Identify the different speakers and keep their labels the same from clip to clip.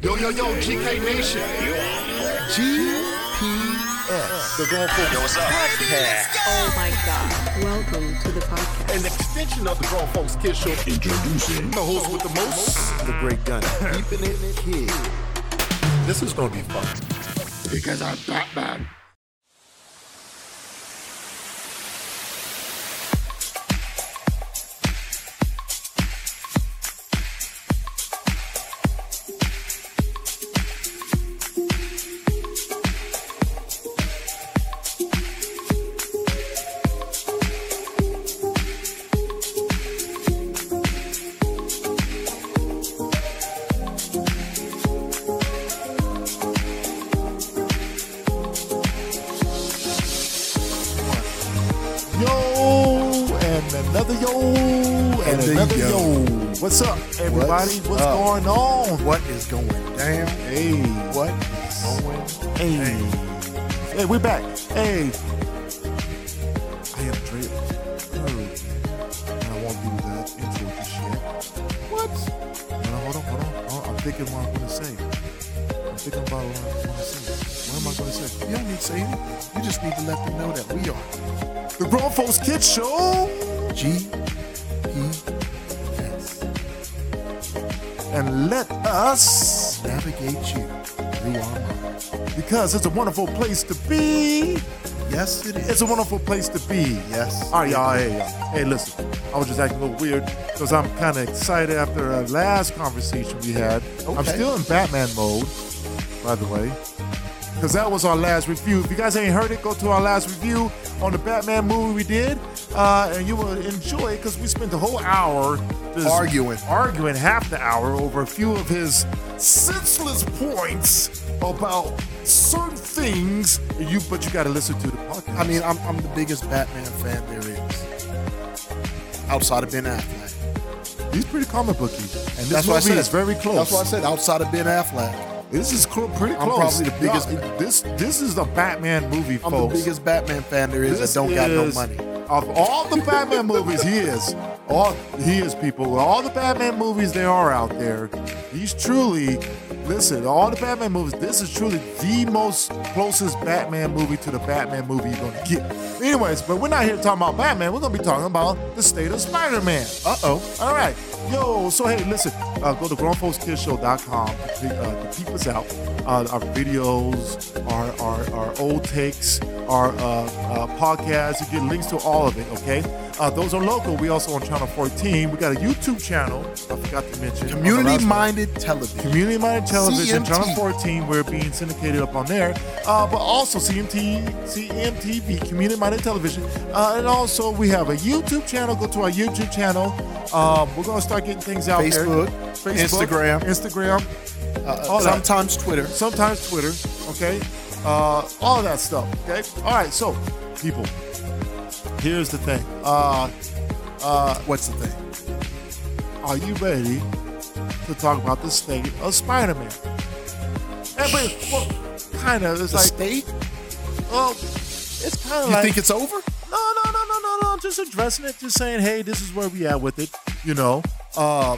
Speaker 1: yo, yo, GK Nation.
Speaker 2: GPS. The Grown Folks Podcast.
Speaker 3: Oh my God. Welcome to the podcast.
Speaker 1: An extension of the Grown Folks Kids Show. Introducing the host with the most.
Speaker 2: The Great Gun. Keeping it here.
Speaker 1: This is going to be fun. Because I'm Batman.
Speaker 2: Yo, and another yo, and, another yo. What's up, everybody? What's,
Speaker 4: up?
Speaker 2: going on?
Speaker 4: What is going down?
Speaker 2: Hey, eh? what is going Hey. hey, we're back. Hey, I am Dre Curry, and I won't do that intro just yet. What? No, hold on, hold on. Hold on. I'm thinking what I'm going to say. I'm thinking about what I'm going to say. What am I going to say?
Speaker 4: You don't need to say anything. You just need to let them know that we are
Speaker 2: The Grown Folks Kids Show. E
Speaker 4: GPS.
Speaker 2: and let us,
Speaker 4: Navigate you through our mind.
Speaker 2: because it's a wonderful place to be.
Speaker 4: Yes, it is.
Speaker 2: It's a wonderful place to be.
Speaker 4: Yes.
Speaker 2: All right, y'all. Hey, y'all. hey, listen. I was just acting a little weird because I'm kind of excited after our last conversation we had. I'm
Speaker 4: Okay.
Speaker 2: still in Batman mode, by the way, because that was our last review. If you guys ain't heard it, go to our last review on the Batman movie we did, uh, and you will enjoy it because we spent the whole hour just
Speaker 4: Arguing.
Speaker 2: arguing half the hour over a few of his senseless points about certain things. You, but you got to listen to the podcast.
Speaker 4: I mean, I'm, I'm the biggest Batman fan there is. Outside of Ben Affleck.
Speaker 2: He's pretty comic booky, and this
Speaker 4: That's
Speaker 2: movie
Speaker 4: what I said.
Speaker 2: is very close.
Speaker 4: That's what I said. Outside of Ben Affleck.
Speaker 2: This is cl- pretty
Speaker 4: I'm
Speaker 2: close.
Speaker 4: probably the biggest-
Speaker 2: Y'all, this this is the Batman movie,
Speaker 4: I'm
Speaker 2: folks.
Speaker 4: the biggest Batman fan there is
Speaker 2: This
Speaker 4: that don't got no
Speaker 2: is-
Speaker 4: money.
Speaker 2: Of all the Batman movies, he is. All he is, people. All the Batman movies they are out there. He's truly. Listen, all the Batman movies. This is truly the most closest Batman movie to the Batman movie you're gonna get. Anyways, but we're not here talking about Batman. We're gonna be talking about the state of Spider-Man.
Speaker 4: Uh oh.
Speaker 2: All right. Yo, so hey, listen, uh, go to grownfolkskidsshow.com to, pick, uh, to peep us out. Uh, our videos, our, our, our old takes, our uh, uh, podcasts. You get links to all of it, okay? Uh, those are local. We also on Channel 14. We got a YouTube channel. I forgot to mention. Uh,
Speaker 4: Community
Speaker 2: mind.
Speaker 4: minded television.
Speaker 2: Community Minded Television,
Speaker 4: CMT.
Speaker 2: Channel 14, we're being syndicated up on there, uh, but also CMT, CMTV, Community Minded Television, uh, and also we have a YouTube channel. Go to our YouTube channel. Um, we're gonna start getting things out
Speaker 4: Facebook,
Speaker 2: there.
Speaker 4: Instagram.
Speaker 2: Instagram,
Speaker 4: Uh,
Speaker 2: all that.
Speaker 4: sometimes Twitter.
Speaker 2: sometimes Twitter. Okay, uh, all that stuff. Okay, all right. So, people, here's the thing. Uh,
Speaker 4: What's the thing?
Speaker 2: Are you ready to talk about the state of Spider-Man? And but, well, kind of. It's
Speaker 4: The
Speaker 2: like,
Speaker 4: state? You
Speaker 2: oh, it's kind of like.
Speaker 4: think it's over?
Speaker 2: no, no, no, no, no, no. Just addressing it. Just saying, hey, this is where we at with it. You know, uh,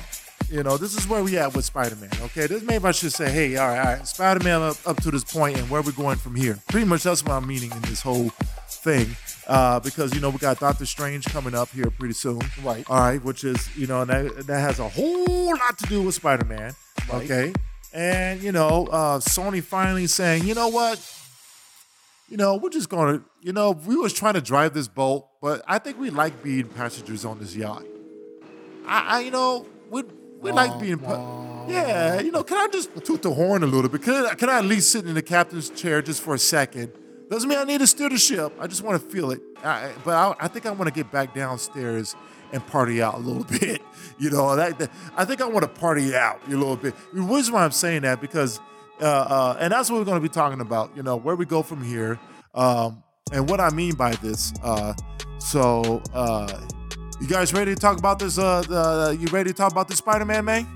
Speaker 2: you know, this is where we at with Spider-Man. Okay, this maybe I should say, hey, all right, all right, Spider-Man up, up to this point, and where we're going from here. Pretty much that's what I'm meaning in this whole thing. Uh, because you know we got Doctor Strange coming up here pretty soon,
Speaker 4: Right.
Speaker 2: All right, which is you know and that, that has a whole lot to do with Spider-Man,
Speaker 4: Right.
Speaker 2: okay? And you know, uh, Sony finally saying, you know what, you know, we're just gonna, you know, we was trying to drive this boat, but I think we like being passengers on this yacht. I, I you know, we we like being, pa- yeah, you know, can I just toot the horn a little bit? Can I, can I at least sit in the captain's chair just for a second? Doesn't mean I need to steer the ship. I just want to feel it. I, I- but I, I think I want to get back downstairs and party out a little bit. You know, that, that- I think I want to party out a little bit. The reason why I'm saying that because uh, uh, and that's what we're going to be talking about. You know, where we go from here, um, and what I mean by this. Uh, so, uh, you guys ready to talk about this? Uh, the, you ready to talk about the Spider-Man, man?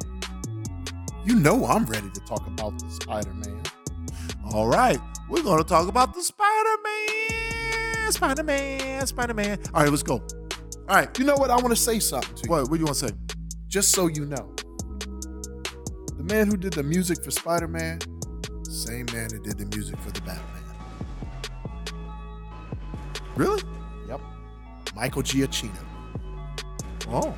Speaker 4: You know I'm ready to talk about the Spider Man.
Speaker 2: All right, we're going to talk about the Spider-Man, Spider-Man, Spider-Man. All right, let's go. All right,
Speaker 4: You know what? I want to say something to you.
Speaker 2: what what do you want to say?
Speaker 4: Just so you know, the man who did the music for Spider Man, same man that did the music for the Batman.
Speaker 2: Really?
Speaker 4: Yep. Michael Giacchino.
Speaker 2: Oh.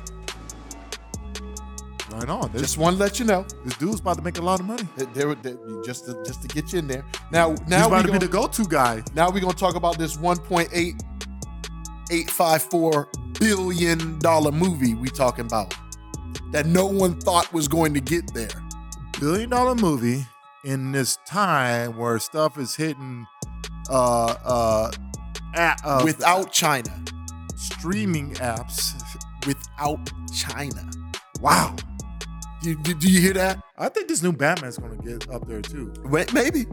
Speaker 2: Right on. This,
Speaker 4: Just want to let you know.
Speaker 2: this dude's about to make a lot of money.
Speaker 4: that There, that- just to, just to get you in there. Now,
Speaker 2: He's
Speaker 4: now
Speaker 2: about
Speaker 4: we're
Speaker 2: to
Speaker 4: gonna,
Speaker 2: be the go-to guy.
Speaker 4: now we're gonna talk about this 1.8854 billion dollar movie we talking about that no one thought was going to get there.
Speaker 2: Billion dollar movie in this time where stuff is hitting uh uh, a- uh
Speaker 4: without China.
Speaker 2: streaming apps.
Speaker 4: Without China.
Speaker 2: Wow.
Speaker 4: Do, do, do you hear that?
Speaker 2: I think this new Batman's gonna get up there too.
Speaker 4: Wait, maybe.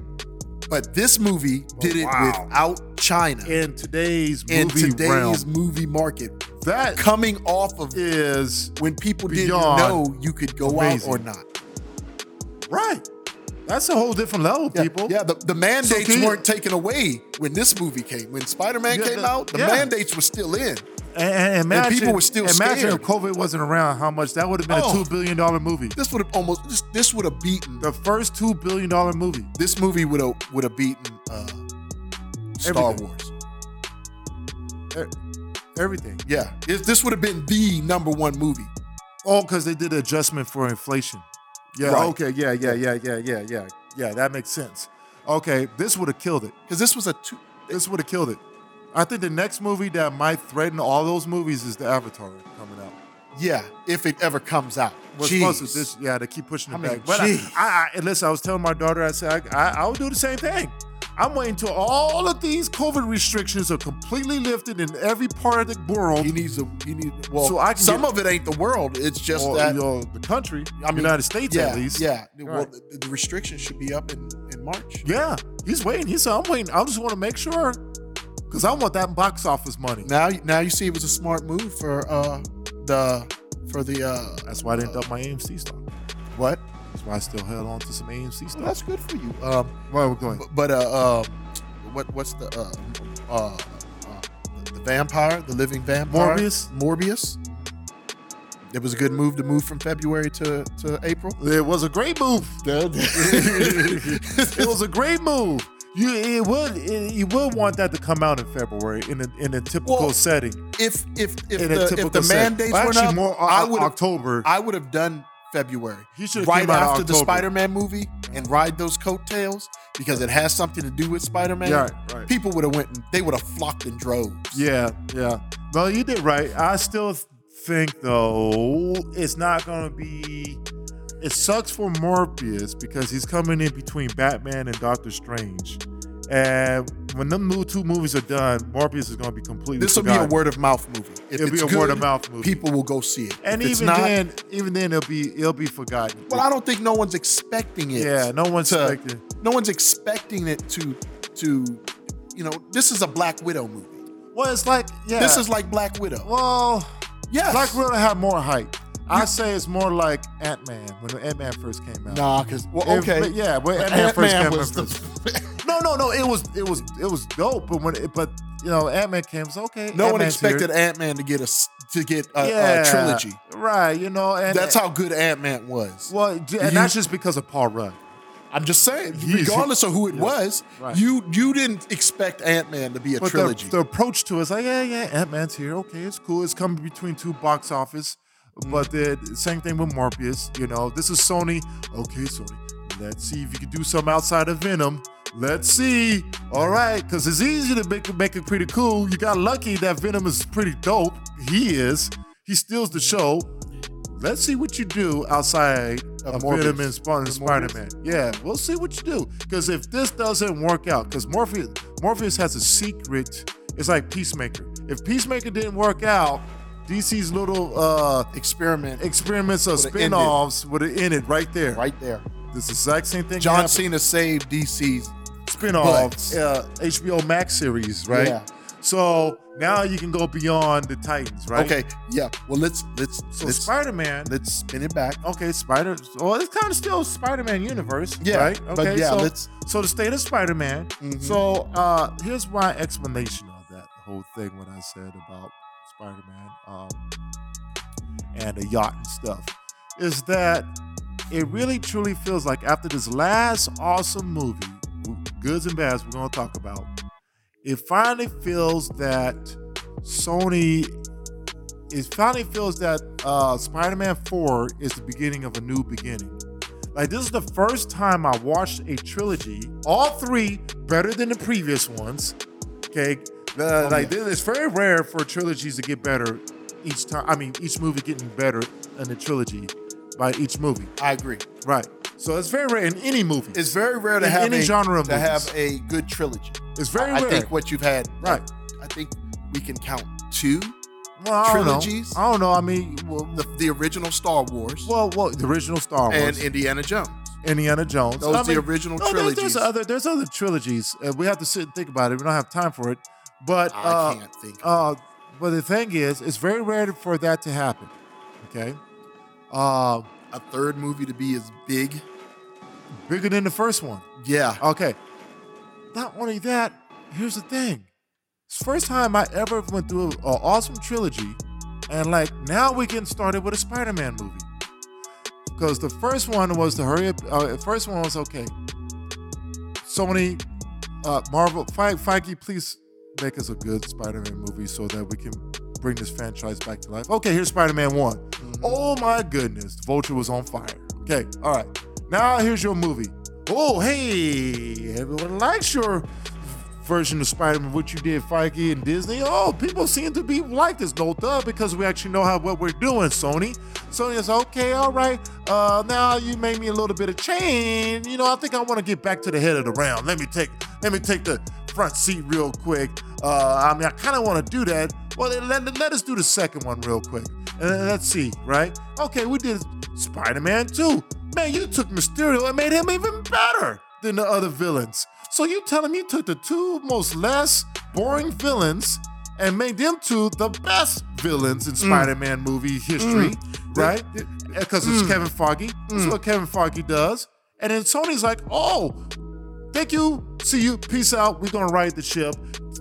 Speaker 4: But this movie did it
Speaker 2: Oh, wow.
Speaker 4: without China
Speaker 2: In today's movie
Speaker 4: in today's
Speaker 2: realm,
Speaker 4: movie market.
Speaker 2: that
Speaker 4: Coming off of
Speaker 2: is
Speaker 4: when people
Speaker 2: Beyond
Speaker 4: didn't know you could go
Speaker 2: amazing.
Speaker 4: out or not.
Speaker 2: right. That's a whole different level,
Speaker 4: Yeah,
Speaker 2: people.
Speaker 4: Yeah, the, the mandates
Speaker 2: can you-
Speaker 4: weren't taken away when this movie came. When Spider Man
Speaker 2: Yeah,
Speaker 4: came
Speaker 2: the-
Speaker 4: out, the
Speaker 2: yeah.
Speaker 4: mandates were still in.
Speaker 2: And, and imagine,
Speaker 4: people were still
Speaker 2: imagine
Speaker 4: scared.
Speaker 2: if COVID wasn't around, how much that would have been
Speaker 4: Oh.
Speaker 2: a two billion dollar movie.
Speaker 4: This would have almost this, this would have beaten
Speaker 2: The first two billion dollar movie.
Speaker 4: this movie would have would have beaten uh, Star
Speaker 2: Everything.
Speaker 4: Wars.
Speaker 2: Everything.
Speaker 4: Yeah, if this would have been the number one movie.
Speaker 2: Oh, because they did adjustment for inflation. Yeah.
Speaker 4: Right.
Speaker 2: Okay. Yeah. Yeah. Yeah. Yeah. Yeah. Yeah. Yeah. That makes sense. Okay. This would have killed it.
Speaker 4: because this was a two.
Speaker 2: This would have killed it. I think the next movie that might threaten all those movies is the Avatar coming out.
Speaker 4: Yeah, if it ever comes out.
Speaker 2: We're supposed to this, yeah, they keep pushing it
Speaker 4: I mean,
Speaker 2: back. but I,
Speaker 4: jeez.
Speaker 2: I, I, listen, I was telling my daughter, I said, I, I, I would do the same thing. I'm waiting till all of these COVID restrictions are completely lifted in every part of the world.
Speaker 4: He needs a. He needs. Well,
Speaker 2: So I can
Speaker 4: some
Speaker 2: get-
Speaker 4: of it ain't the world. It's just
Speaker 2: or,
Speaker 4: that.
Speaker 2: you know, the country,
Speaker 4: I mean,
Speaker 2: United States
Speaker 4: yeah,
Speaker 2: at least.
Speaker 4: yeah. Well,
Speaker 2: Right.
Speaker 4: the, the restrictions should be up in, in March.
Speaker 2: Yeah, he's waiting. He said, I'm waiting. I just want to make sure because I want that box office money.
Speaker 4: Now, now you see it was a smart move for uh the for the uh
Speaker 2: That's why I didn't dump my AMC stock.
Speaker 4: what?
Speaker 2: That's why I still held on to some AMC
Speaker 4: Well,
Speaker 2: stock.
Speaker 4: that's good for you. Um,
Speaker 2: Well, we're going.
Speaker 4: bu- but uh, uh what what's the uh uh, uh the, the vampire, the living vampire,
Speaker 2: Morbius?
Speaker 4: Morbius. It was a good move to move from February to to April.
Speaker 2: It was a great move. it was a great move. You it would it, you would want that to come out in February in a, in a typical
Speaker 4: Well,
Speaker 2: setting.
Speaker 4: if if if
Speaker 2: In a
Speaker 4: the,
Speaker 2: typical
Speaker 4: if the
Speaker 2: set.
Speaker 4: mandates
Speaker 2: Well,
Speaker 4: were
Speaker 2: actually
Speaker 4: not,
Speaker 2: more uh, o-
Speaker 4: I would have
Speaker 2: October.
Speaker 4: I would have done February.
Speaker 2: He should've
Speaker 4: right
Speaker 2: came out
Speaker 4: after the
Speaker 2: October.
Speaker 4: Spider-Man movie and ride those coattails because it has something to do with Spider-Man.
Speaker 2: Yeah, right, right.
Speaker 4: People would have went and they would have flocked in droves.
Speaker 2: yeah, yeah. No, you did right. I still think though it's not gonna be. It sucks for Morbius because he's coming in between Batman and Doctor Strange, and when them new two movies are done, Morbius is gonna be completely.
Speaker 4: This will be a
Speaker 2: forgotten.
Speaker 4: word of mouth movie. If
Speaker 2: It'll
Speaker 4: it's
Speaker 2: be a
Speaker 4: good,
Speaker 2: word-of-mouth movie.
Speaker 4: People will go see it.
Speaker 2: And
Speaker 4: If it's
Speaker 2: even
Speaker 4: not-
Speaker 2: then, even then, it'll be it'll be forgotten.
Speaker 4: well, I don't think no one's expecting it.
Speaker 2: yeah, no one's
Speaker 4: to-
Speaker 2: expecting.
Speaker 4: No one's expecting it to to you know. This is a Black Widow movie.
Speaker 2: Well, it's like yeah.
Speaker 4: This is like Black Widow.
Speaker 2: well,
Speaker 4: yes.
Speaker 2: Black Widow had more hype. I say it's more like Ant Man when Ant Man first came out.
Speaker 4: Nah, because well,
Speaker 2: If-
Speaker 4: okay,
Speaker 2: but yeah, when Ant Man
Speaker 4: Ant
Speaker 2: first
Speaker 4: Man
Speaker 2: came
Speaker 4: was
Speaker 2: out.
Speaker 4: the.
Speaker 2: first- No, no, no. It was it was it was dope. But when it, but you know Ant Man came, it's okay.
Speaker 4: no one
Speaker 2: Ant-Man's
Speaker 4: expected
Speaker 2: here.
Speaker 4: Ant Man to get a s- to get a, a
Speaker 2: yeah,
Speaker 4: trilogy.
Speaker 2: right? You know, and
Speaker 4: That's how good Ant Man was.
Speaker 2: Well, and that's just because of Paul Rudd.
Speaker 4: I'm just saying,
Speaker 2: He's-
Speaker 4: regardless of who it was,
Speaker 2: right.
Speaker 4: you you didn't expect Ant Man to be a
Speaker 2: But the,
Speaker 4: trilogy.
Speaker 2: the approach to it's like, yeah, yeah, Ant Man's here. Okay, it's cool. It's coming between two box office.
Speaker 4: Mm.
Speaker 2: But the same thing with Morbius. You know, this is Sony. Okay, Sony, let's see if you can do something outside of Venom. Let's see. All right, because it's easy to make, make it pretty cool. You got lucky that Venom is pretty dope. He is. He steals the show. Let's see what you do outside
Speaker 4: Of
Speaker 2: of
Speaker 4: Morbius.
Speaker 2: Venom and Sp-
Speaker 4: Of
Speaker 2: Spider Man. Yeah, we'll see what you do. Because if this doesn't work out, because Morpheus, Morpheus has a secret, it's like Peacemaker. If Peacemaker didn't work out, DC's little uh,
Speaker 4: Experiment
Speaker 2: experiments of
Speaker 4: Would've ended.
Speaker 2: spin offs would have ended right there.
Speaker 4: right there.
Speaker 2: This exact same thing.
Speaker 4: John
Speaker 2: happened.
Speaker 4: Cena saved DC's.
Speaker 2: spin off uh, HBO Max series, right?
Speaker 4: Yeah.
Speaker 2: So now you can go beyond the Titans, right?
Speaker 4: Okay, yeah. Well, let's let's
Speaker 2: So
Speaker 4: let's,
Speaker 2: Spider Man.
Speaker 4: let's spin it back.
Speaker 2: Okay, Spider. Well, it's kind of still Spider-Man universe,
Speaker 4: Yeah,
Speaker 2: right? Okay,
Speaker 4: but yeah,
Speaker 2: so,
Speaker 4: let's- Mm-hmm.
Speaker 2: so the state of Spider-Man. So uh, here's my explanation of that whole thing. What I said about Spider-Man um, and the yacht and stuff is that It really truly feels like after this last awesome movie, goods and bads, we're gonna talk about. It finally feels that Sony. It finally feels that uh, Spider-Man Four is the beginning of a new beginning. Like this is the first time I watched a trilogy, all three better than the previous ones. Okay, The-
Speaker 4: Oh,
Speaker 2: like this, it's very rare for trilogies to get better each time. I mean, each movie getting better in the trilogy by each movie,
Speaker 4: I agree.
Speaker 2: right? So it's very rare in any movie.
Speaker 4: It's very rare to
Speaker 2: In
Speaker 4: have
Speaker 2: any
Speaker 4: a,
Speaker 2: genre of
Speaker 4: to
Speaker 2: movies.
Speaker 4: have a good trilogy.
Speaker 2: It's very
Speaker 4: I
Speaker 2: rare.
Speaker 4: think what you've had,
Speaker 2: Right.
Speaker 4: I think we can count two.
Speaker 2: well, I don't know.
Speaker 4: trilogies.
Speaker 2: I don't know. I mean, well,
Speaker 4: The, the original Star Wars
Speaker 2: well, well, the original Star Wars
Speaker 4: and Indiana Jones.
Speaker 2: Indiana Jones.
Speaker 4: Those
Speaker 2: I
Speaker 4: the
Speaker 2: mean,
Speaker 4: original
Speaker 2: no, there's, there's
Speaker 4: trilogies.
Speaker 2: other there's other trilogies. Uh, we have to sit and think about it. We don't have time for it. But
Speaker 4: I
Speaker 2: uh,
Speaker 4: can't think.
Speaker 2: Uh, but the thing is, it's very rare for that to happen. Okay, uh,
Speaker 4: a third movie to be as big.
Speaker 2: bigger than the first one.
Speaker 4: Yeah.
Speaker 2: Okay. Not only that, here's the thing. It's the first time I ever went through an awesome trilogy, and like now we're getting started with a Spider-Man movie. Because the first one was the hurry up. Uh, the first one was okay. Sony, uh, Marvel, Fe- Feige, please make us a good Spider-Man movie so that we can bring this franchise back to life. Okay, here's Spider-Man one. Oh my goodness, Vulture was on fire. Okay, all right. Now here's your movie. Oh hey, everyone likes your version of Spider-Man, what you did, Feige and Disney. Oh, people seem to be like this, no duh, because we actually know how what we're doing, Sony. Sony is okay, all right. Uh, now you made me a little bit of change. You know, I think I want to get back to the head of the round. Let me take, let me take the front seat real quick. Uh, I mean, I kind of want to do that. Well, then let, let us do the second one real quick. And then let's see, right? Okay, we did Spider-Man 2. Man, you took Mysterio and made him even better than the other villains. So you telling me you took the two most less boring villains and made them two the best villains in Spider-Man movie history, right? Because it's Kevin Foggy. That's what Kevin Foggy does. And then Sony's like, oh, thank you, see you, peace out. We're gonna ride the ship.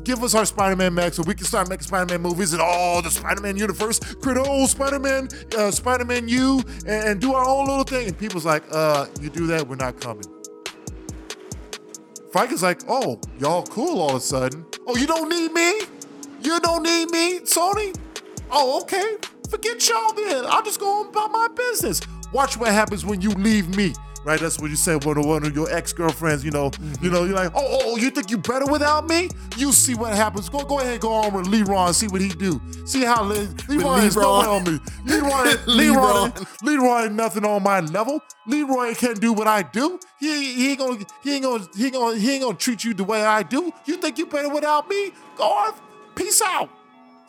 Speaker 2: Give us our Spider-Man Max so we can start making Spider-Man movies and all the Spider-Man universe, create our own Spider-Man, uh, Spider-Man U, and, and do our own little thing. And people's like, uh, you do that, we're not coming. Fika's like, oh, y'all cool all of a sudden. Oh, you don't need me? You don't need me, Sony? Oh, okay. Forget y'all then. I'll just go on about my business. Watch what happens when you leave me. Right? That's what you said one of one of your ex-girlfriends, you know. You know, you're like, oh, oh, oh, you think you better without me? You see what happens. Go go ahead, go on with Leroy and see what he do. See how Le- Leroy is
Speaker 4: Leroy.
Speaker 2: nowhere on me. Leroy, Leroy,
Speaker 4: Leroy.
Speaker 2: Leroy ain't nothing on my level. Leroy can't do what I do. He, he ain't gonna he ain't gonna he ain't gonna he ain't gonna treat you the way I do. You think you better without me? Go on, peace out.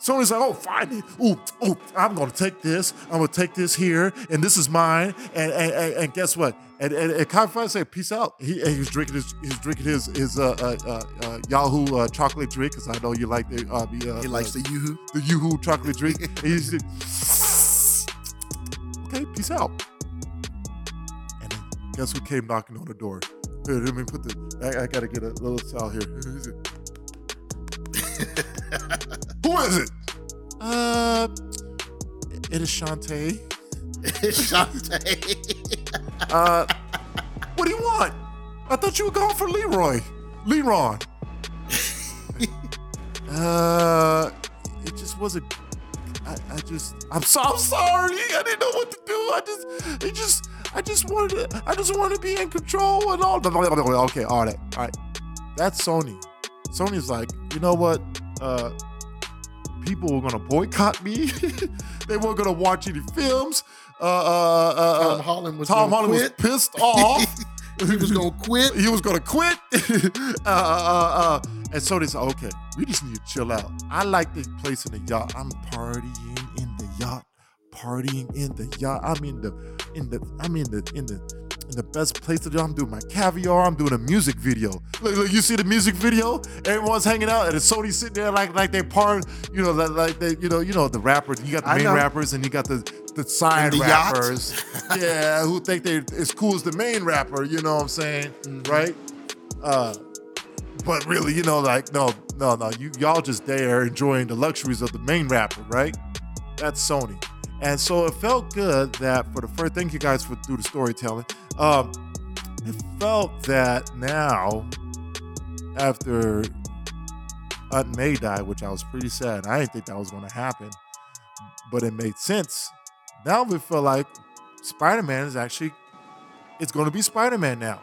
Speaker 2: Sony's like, oh, fine. Ooh, ooh, I'm gonna take this. I'm gonna take this here, and this is mine. And and, and, and guess what? And and, and Kyle Fine said, peace out. He and he was drinking his he's drinking his his uh, uh, uh, uh, Yahoo uh, chocolate drink because I know you like the uh, the, uh,
Speaker 4: he likes the yoo-hoo.
Speaker 2: the Yoo-Hoo chocolate drink. and he said, okay, peace out. And then guess who came knocking on the door? Here, let me put the, I, I gotta get a little towel here. He said, who is it? Uh, it is Shantae.
Speaker 4: Shantae.
Speaker 2: Uh, what do you want? I thought you were going for Leroy. Leron. uh, it just wasn't. I, I just. I'm so. I'm sorry. I didn't know what to do. I just. It just. I just wanted. To, I just wanted to be in control and all. Okay. All right. All right. That's Sony. Sony's like, you know what? Uh, people were gonna boycott me. they weren't gonna watch any films. Uh, uh, uh, uh,
Speaker 4: Tom Holland was
Speaker 2: Tom
Speaker 4: gonna
Speaker 2: Holland
Speaker 4: quit.
Speaker 2: was pissed off.
Speaker 4: he was gonna quit.
Speaker 2: he was gonna quit. uh, uh, uh, uh. And so they said, okay, we just need to chill out. I like the place in the yacht. I'm partying in the yacht, partying in the yacht. I'm in the, in the, I'm in the, in the, in the best place to do. I'm doing my caviar. I'm doing a music video. Look, look, you see the music video? Everyone's hanging out, and it's Sony sitting there like, like they part, you know, like, like they, you know, you know, the rappers. You got the
Speaker 4: I
Speaker 2: main
Speaker 4: know.
Speaker 2: rappers, and you got the, the side
Speaker 4: In the yacht?
Speaker 2: rappers yeah, who think they as cool as the main rapper, you know what I'm saying? Right? Uh but really, you know, like, no, no, no, you y'all just there enjoying the luxuries of the main rapper, right? That's Sony. And so it felt good that for the first, thank you guys for through the storytelling. Um, it felt that now, after Aunt May died, which I was pretty sad, I didn't think that was going to happen, but it made sense. Now we feel like Spider Man is actually, it's going to be Spider Man now.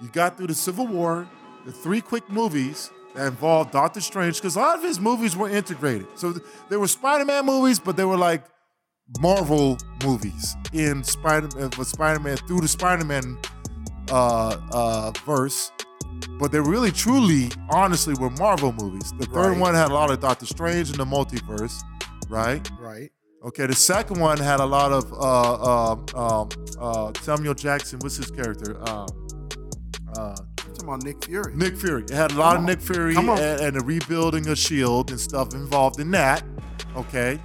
Speaker 2: You got through the Civil War, the three quick movies that involved Doctor Strange, because a lot of his movies were integrated. So th- they were Spider-Man movies, but they were like Marvel movies in Spider-Man, with Spider-Man through the Spider-Man uh, uh, verse. But they really, truly, honestly, were Marvel movies. The third
Speaker 4: Right.
Speaker 2: one had a lot of Doctor Strange and the multiverse, right?
Speaker 4: Right.
Speaker 2: Okay, the second one had a lot of uh, um, um, uh, Samuel Jackson. What's his character? Um, uh,
Speaker 4: I'm talking about Nick Fury.
Speaker 2: Nick Fury. It had a lot of Nick Fury
Speaker 4: Come
Speaker 2: and,
Speaker 4: on.
Speaker 2: and the rebuilding of Shield E and stuff involved in that. Okay,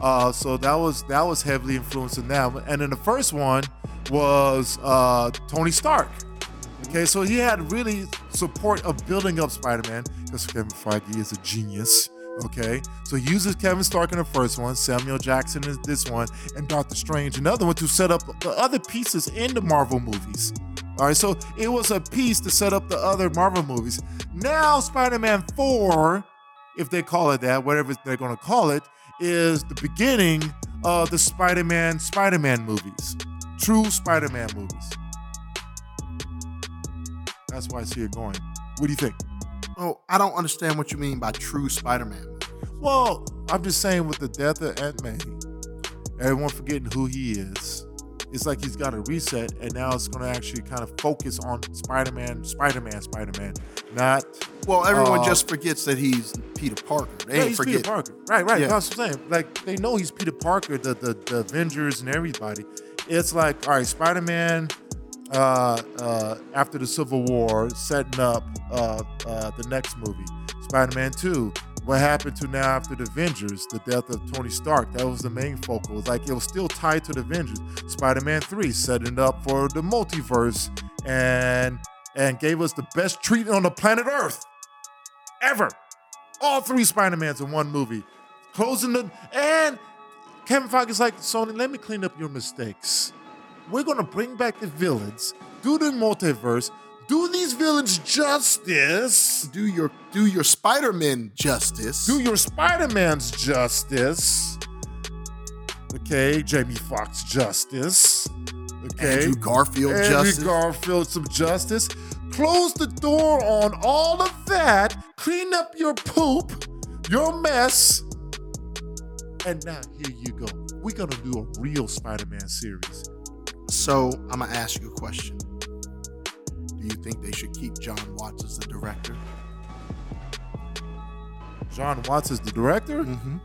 Speaker 2: uh, so that was that was heavily influenced in that. one. And then the first one was uh, Tony Stark. Okay, so he had really support of building up Spider-Man because Kevin Feige is a genius. Okay, so he uses Kevin Stark in the first one, Samuel Jackson is this one, and Doctor Strange another one to set up the other pieces in the Marvel movies. All right, so it was a piece to set up the other Marvel movies. Now, Spider Man 4, if they call it that, whatever they're going to call it, is the beginning of the Spider Man Spider Man movies, true Spider Man movies. That's why I see it going. What do you think?
Speaker 4: Oh, I don't understand what you mean by true Spider-Man.
Speaker 2: Well, I'm just saying with the death of Aunt May, everyone forgetting who he is. It's like he's got a reset, and now it's going to actually kind of focus on Spider-Man, Spider-Man, Spider-Man, not
Speaker 4: Well, everyone
Speaker 2: Uh,
Speaker 4: just forgets that he's Peter Parker. They
Speaker 2: Yeah,
Speaker 4: ain't
Speaker 2: he's
Speaker 4: forget.
Speaker 2: Peter Parker. Right, right.
Speaker 4: Yeah.
Speaker 2: That's what I'm saying. Like they know he's Peter Parker, the the, the Avengers and everybody. It's like, all right, Spider Man. Uh, uh, after the Civil War, setting up uh, uh, the next movie, Spider Man Two. What happened to now after the Avengers, the death of Tony Stark? That was the main focal. It was like it was still tied to the Avengers. Spider Man Three, setting up for the multiverse, and and gave us the best treatment on the planet Earth ever all three Spider-Mans in one movie. Closing the and Kevin Feige is like, Sony, let me clean up your mistakes. We're gonna bring back the villains, do the multiverse, do these villains justice,
Speaker 4: Do your do your Spider-Man justice.
Speaker 2: do your Spider-Man's justice. Okay, Jamie Foxx justice. Okay.
Speaker 4: Andrew Garfield
Speaker 2: Andrew
Speaker 4: justice.
Speaker 2: Garfield some justice. Close the door on all of that. Clean up your poop, your mess. And now here you go. We're gonna do a real Spider-Man series.
Speaker 4: so I'm gonna ask you a question. Do you think they should keep John Watts as the director?
Speaker 2: John Watts is the director.
Speaker 4: Mm-hmm.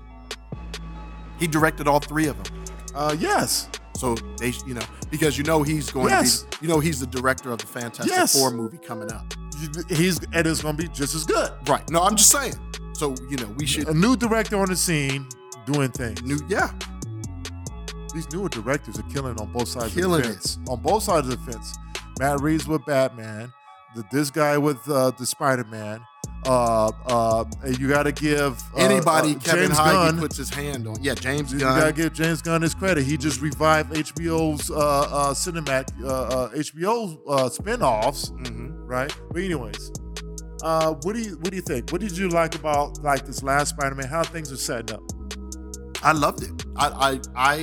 Speaker 4: He directed all three of them.
Speaker 2: Uh, yes,
Speaker 4: So they, sh- you know, because you know he's going
Speaker 2: Yes.
Speaker 4: to be, you know, he's the director of the Fantastic
Speaker 2: Yes.
Speaker 4: Four movie coming up.
Speaker 2: he's and it's gonna be just as good.
Speaker 4: Right. No, I'm just saying. So you know, we should.
Speaker 2: A new director on the scene doing things.
Speaker 4: New, yeah,
Speaker 2: Uh, These newer directors are killing on both sides
Speaker 4: Killing
Speaker 2: of the fence. On both sides of the fence. Matt Reeves with Batman, the, this guy with uh, the Spider Man. Uh, uh, and you got to give uh,
Speaker 4: anybody
Speaker 2: uh,
Speaker 4: Kevin
Speaker 2: James
Speaker 4: Heige
Speaker 2: Gunn.
Speaker 4: puts his hand on. Yeah, James
Speaker 2: you
Speaker 4: Gunn.
Speaker 2: gotta give James Gunn his credit. He just revived HBO's uh, uh, cinematic uh, uh, HBO uh, spinoffs,
Speaker 4: Mhm.
Speaker 2: right? But anyways, uh, what do you what do you think? What did you like about like this last Spider Man? How things are setting up?
Speaker 4: I loved it. I, I,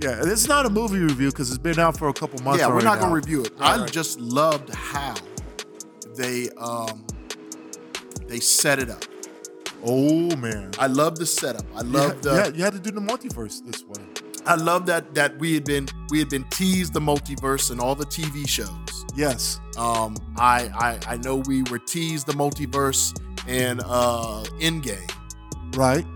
Speaker 2: Yeah, and it's not a movie review because it's been out for a couple
Speaker 4: I
Speaker 2: months.
Speaker 4: yeah, we're
Speaker 2: already
Speaker 4: not gonna
Speaker 2: now.
Speaker 4: review it.
Speaker 2: Right,
Speaker 4: I
Speaker 2: right.
Speaker 4: just loved how they, um, they set it up.
Speaker 2: Oh man,
Speaker 4: I love the setup. I
Speaker 2: You
Speaker 4: love
Speaker 2: had-
Speaker 4: the.
Speaker 2: you had- you had to do the multiverse this way.
Speaker 4: I love that that we had been we had been teased the multiverse in all the TV shows.
Speaker 2: Yes,
Speaker 4: Um, I, I I know we were teased the multiverse in uh, Endgame,
Speaker 2: right.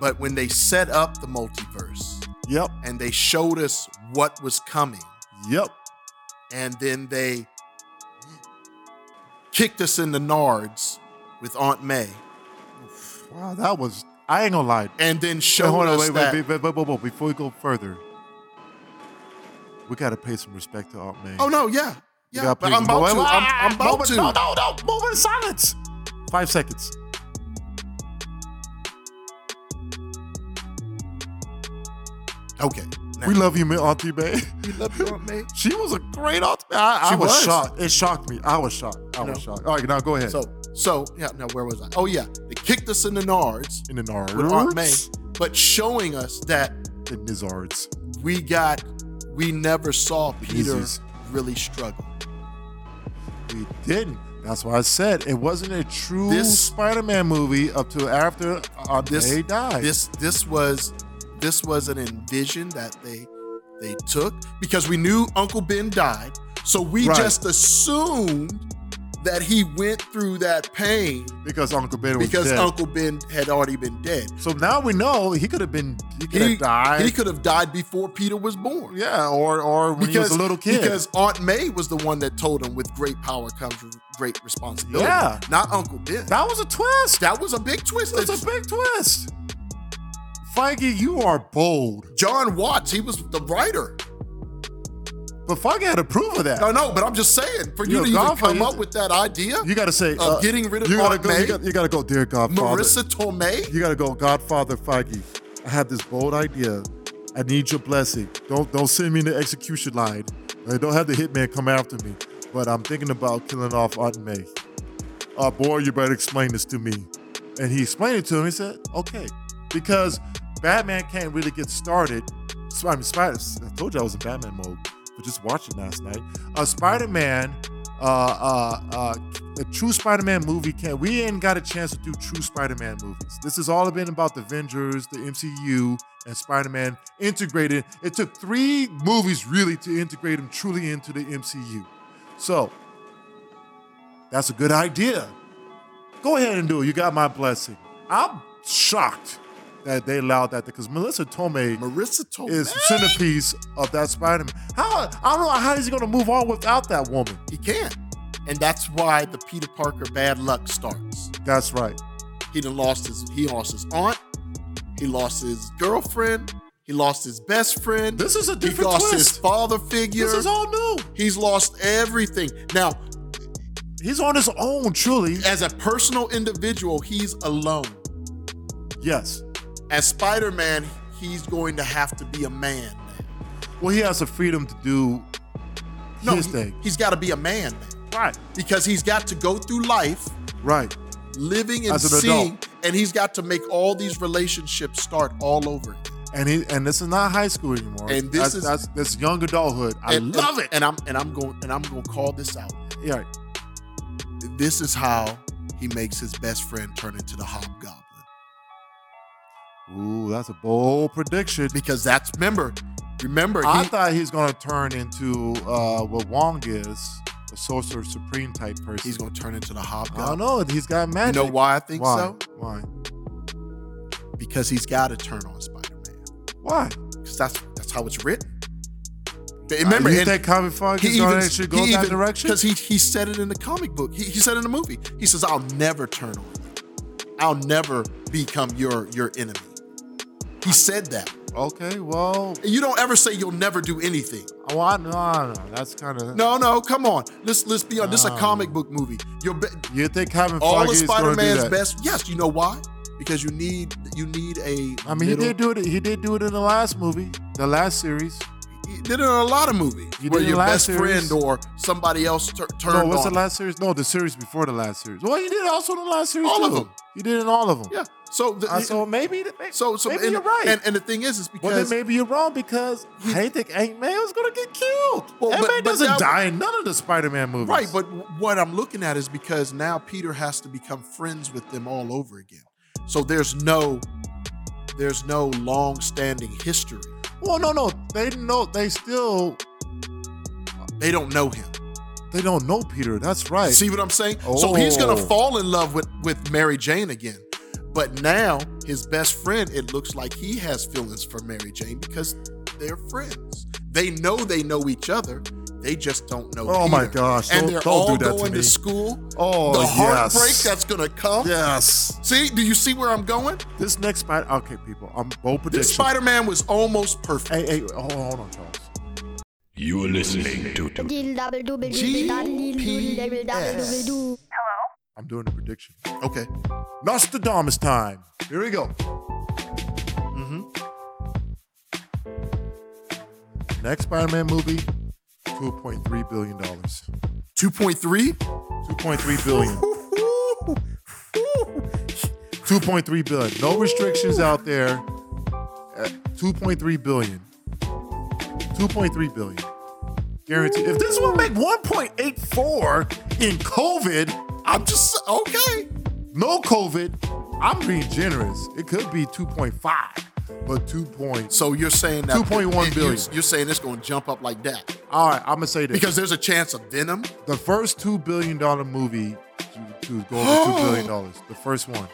Speaker 4: but when they set up the multiverse
Speaker 2: Yep,
Speaker 4: and they showed us what was coming,
Speaker 2: yep.
Speaker 4: and then they kicked us in the nards with Aunt May,
Speaker 2: Wow, that was. I ain't gonna lie.
Speaker 4: and then
Speaker 2: Wait,
Speaker 4: showed
Speaker 2: hold on,
Speaker 4: us
Speaker 2: wait,
Speaker 4: that.
Speaker 2: wait, wait, wait, wait, wait, wait, Before we go further, we gotta pay some respect to Aunt May.
Speaker 4: Oh no, yeah,
Speaker 2: We
Speaker 4: yeah,
Speaker 2: gotta
Speaker 4: but
Speaker 2: pay some-
Speaker 4: I'm about
Speaker 2: Wait,
Speaker 4: to.
Speaker 2: wait,
Speaker 4: I'm, I'm about
Speaker 2: moment,
Speaker 4: to.
Speaker 2: No, no, no. Moment of silence. Five seconds.
Speaker 4: Okay. Now,
Speaker 2: We love you, Ma- Auntie Mae.
Speaker 4: we love you, Aunt May.
Speaker 2: She was a great Auntie Mae. I, I
Speaker 4: She
Speaker 2: was,
Speaker 4: was.
Speaker 2: shocked. It shocked me. I was shocked. I
Speaker 4: No.
Speaker 2: was shocked. All right, now go ahead.
Speaker 4: So, so yeah. Now where was I? Oh yeah, they kicked us in the nards
Speaker 2: in the Nards.
Speaker 4: with Aunt May, but showing us that
Speaker 2: In Nizards.
Speaker 4: we got we never saw Peter
Speaker 2: Yeezys.
Speaker 4: really struggle.
Speaker 2: We didn't. That's why I said it wasn't a true
Speaker 4: This-
Speaker 2: Spider-Man movie up to after Aunt
Speaker 4: This
Speaker 2: May died.
Speaker 4: this this was this was an envision that they they took because we knew Uncle Ben died, so we
Speaker 2: Right.
Speaker 4: just assumed that he went through that pain
Speaker 2: because Uncle Ben was
Speaker 4: because
Speaker 2: dead.
Speaker 4: Uncle Ben had already been dead.
Speaker 2: so now we know he could have been he could
Speaker 4: He,
Speaker 2: have died.
Speaker 4: he could have died before Peter was born.
Speaker 2: yeah, or or when he was a little kid.
Speaker 4: Because Aunt May was the one that told him with great power comes great responsibility.
Speaker 2: Yeah.
Speaker 4: Not Uncle Ben. That,
Speaker 2: that was a twist.
Speaker 4: was a big twist.
Speaker 2: That was a big twist. Feige, you are bold.
Speaker 4: John Watts, he was the writer.
Speaker 2: But Feige had to prove of that.
Speaker 4: No, no, but I'm just saying, for you
Speaker 2: You're
Speaker 4: to
Speaker 2: a
Speaker 4: even
Speaker 2: godfather.
Speaker 4: come up with that idea,
Speaker 2: You got to say uh,
Speaker 4: Of getting rid of
Speaker 2: you gotta
Speaker 4: Aunt
Speaker 2: go,
Speaker 4: May?
Speaker 2: You got to go, dear Godfather.
Speaker 4: Marissa Tomei,
Speaker 2: You gotta go, Godfather Feige. I have this bold idea. I need your blessing. Don't don't send me in the execution line. Uh, don't have the hitman come after me. But I'm thinking about killing off Aunt May. Uh, boy, you better explain this to me. And he explained it to him. He said, okay. Because Batman can't really get started. So, I mean, Spider, I told you I was in Batman mode, but just watching last night. Uh, Spider Man, uh, uh, uh, a true Spider Man movie can't, we ain't got a chance to do true Spider Man movies. This has all been about the Avengers, the MCU, and Spider Man integrated. It took three movies really to integrate them truly into the MCU. So, that's a good idea. Go ahead and do it. You got my blessing. I'm shocked that they allowed that because Melissa Tomei
Speaker 4: Marissa Tomei,
Speaker 2: is the centerpiece of that Spider-Man. How I don't know how is he gonna move on without that woman.
Speaker 4: he can't. And that's why the Peter Parker bad luck starts.
Speaker 2: That's right.
Speaker 4: He done lost his he lost his aunt, he lost his girlfriend, he lost his best friend.
Speaker 2: This is a
Speaker 4: he
Speaker 2: different
Speaker 4: lost his
Speaker 2: twist.
Speaker 4: father figure.
Speaker 2: This is all new.
Speaker 4: He's lost everything. Now,
Speaker 2: He's on his own, truly.
Speaker 4: as a personal individual, he's alone.
Speaker 2: Yes.
Speaker 4: As Spider Man, he's going to have to be a man. now.
Speaker 2: Well, he has the freedom to do
Speaker 4: No,
Speaker 2: his
Speaker 4: he,
Speaker 2: thing.
Speaker 4: has got to be a man now
Speaker 2: Right.
Speaker 4: because he's got to go through life
Speaker 2: Right.
Speaker 4: living and
Speaker 2: As an
Speaker 4: seeing,
Speaker 2: adult.
Speaker 4: and he's got to make all these relationships start all over. again.
Speaker 2: And he and this is not high school anymore.
Speaker 4: And
Speaker 2: that's,
Speaker 4: this is-
Speaker 2: that's this young adulthood. I
Speaker 4: And-
Speaker 2: love
Speaker 4: and-
Speaker 2: it.
Speaker 4: And I'm and I'm going and I'm going to call this out.
Speaker 2: yeah.
Speaker 4: This is how he makes his best friend turn into the hobgoblin
Speaker 2: Ooh, that's a bold prediction.
Speaker 4: because that's remember, remember
Speaker 2: I
Speaker 4: he-
Speaker 2: thought he's gonna turn into uh, what Wong is, a sorcerer supreme type person.
Speaker 4: he's going to turn into the
Speaker 2: I don't
Speaker 4: hobgoblin.
Speaker 2: know. He's got
Speaker 4: You
Speaker 2: magic.
Speaker 4: know why I think
Speaker 2: why?
Speaker 4: so?
Speaker 2: Why?
Speaker 4: Because he's got to turn on Spider-Man.
Speaker 2: Why?
Speaker 4: Because that's that's how it's written. But remember,
Speaker 2: you
Speaker 4: and-
Speaker 2: think Comic Fog is gonna actually go that direction?
Speaker 4: Because he he said it in the comic book. He, he said it in the movie. He says, "I'll never turn on you. I'll never become your your enemy." He said that.
Speaker 2: Okay, well,
Speaker 4: And You don't ever say you'll never do anything.
Speaker 2: well, I- no, no, no, that's kind of
Speaker 4: No, no, come on. Let's let's be on. This is a
Speaker 2: No.
Speaker 4: comic book movie. Your be-
Speaker 2: You think Comic
Speaker 4: all
Speaker 2: Fog
Speaker 4: of
Speaker 2: is gonna do
Speaker 4: Spider-Man's
Speaker 2: that?
Speaker 4: best. Yes, you know why? Because you need you need a.
Speaker 2: I mean,
Speaker 4: middle-
Speaker 2: he did do it. He did do it in the last movie, the last series.
Speaker 4: He did it in a lot of movies
Speaker 2: He did
Speaker 4: where
Speaker 2: it in
Speaker 4: your
Speaker 2: the last
Speaker 4: best
Speaker 2: series.
Speaker 4: friend or somebody else tur- turned
Speaker 2: No, what's
Speaker 4: on.
Speaker 2: the last series? No, the series before the last series. Well, he did it also in the last series
Speaker 4: All of
Speaker 2: too.
Speaker 4: them.
Speaker 2: He did it in all of them.
Speaker 4: Yeah. So the,
Speaker 2: Uh, so maybe,
Speaker 4: So, so
Speaker 2: maybe
Speaker 4: and,
Speaker 2: you're right.
Speaker 4: And, and the thing is, is because
Speaker 2: Well, then maybe you're wrong because I think Aunt May was gonna get killed.
Speaker 4: Well,
Speaker 2: Aunt
Speaker 4: but-
Speaker 2: May
Speaker 4: but
Speaker 2: doesn't
Speaker 4: that-
Speaker 2: die in none of the Spider-Man movies.
Speaker 4: right, but what I'm looking at is because now Peter has to become friends with them all over again. So there's no, there's no long-standing history.
Speaker 2: well, no, no, they know they still
Speaker 4: They don't know him.
Speaker 2: they don't know Peter. That's right.
Speaker 4: See what I'm saying? So he's gonna
Speaker 2: Oh.
Speaker 4: fall in love with with Mary Jane again. But now his best friend, it looks like he has feelings for Mary Jane because they're friends. They know they know each other. They just don't know.
Speaker 2: Oh my
Speaker 4: Peter.
Speaker 2: gosh,
Speaker 4: And
Speaker 2: don't-
Speaker 4: they're
Speaker 2: don't
Speaker 4: all
Speaker 2: do that to
Speaker 4: going to,
Speaker 2: me.
Speaker 4: school.
Speaker 2: Oh,
Speaker 4: the
Speaker 2: yes.
Speaker 4: heartbreak that's gonna come.
Speaker 2: yes.
Speaker 4: See, do you see where I'm going?
Speaker 2: This next Spider. Okay, people. I'm bold prediction.
Speaker 4: This Spider-Man was almost perfect.
Speaker 2: Hey, hey, hold, hold on, Charles.
Speaker 1: You're listening to
Speaker 4: GPS.
Speaker 2: I'm doing a prediction.
Speaker 4: Okay.
Speaker 2: Mm-hmm. Nostradamus time. Here we go. Next Spider Man movie, $2.3 billion. 2.3
Speaker 4: 2.3?
Speaker 2: billion.
Speaker 4: Ooh, ooh.
Speaker 2: 2.3 billion. No restrictions out there. Uh, 2.3 billion. 2.3 billion. Guaranteed. If this one make 1.84 in COVID,
Speaker 4: I'm just okay.
Speaker 2: no COVID, I'm being generous. It could be 2.5, but 2. Point,
Speaker 4: So you're saying that
Speaker 2: 2.1
Speaker 4: you-
Speaker 2: billion.
Speaker 4: You're saying it's going to jump up like that
Speaker 2: all right, I'm gonna say this
Speaker 4: because there's a chance of Venom.
Speaker 2: the first two billion dollar movie to, to go over two billion dollars. The first one.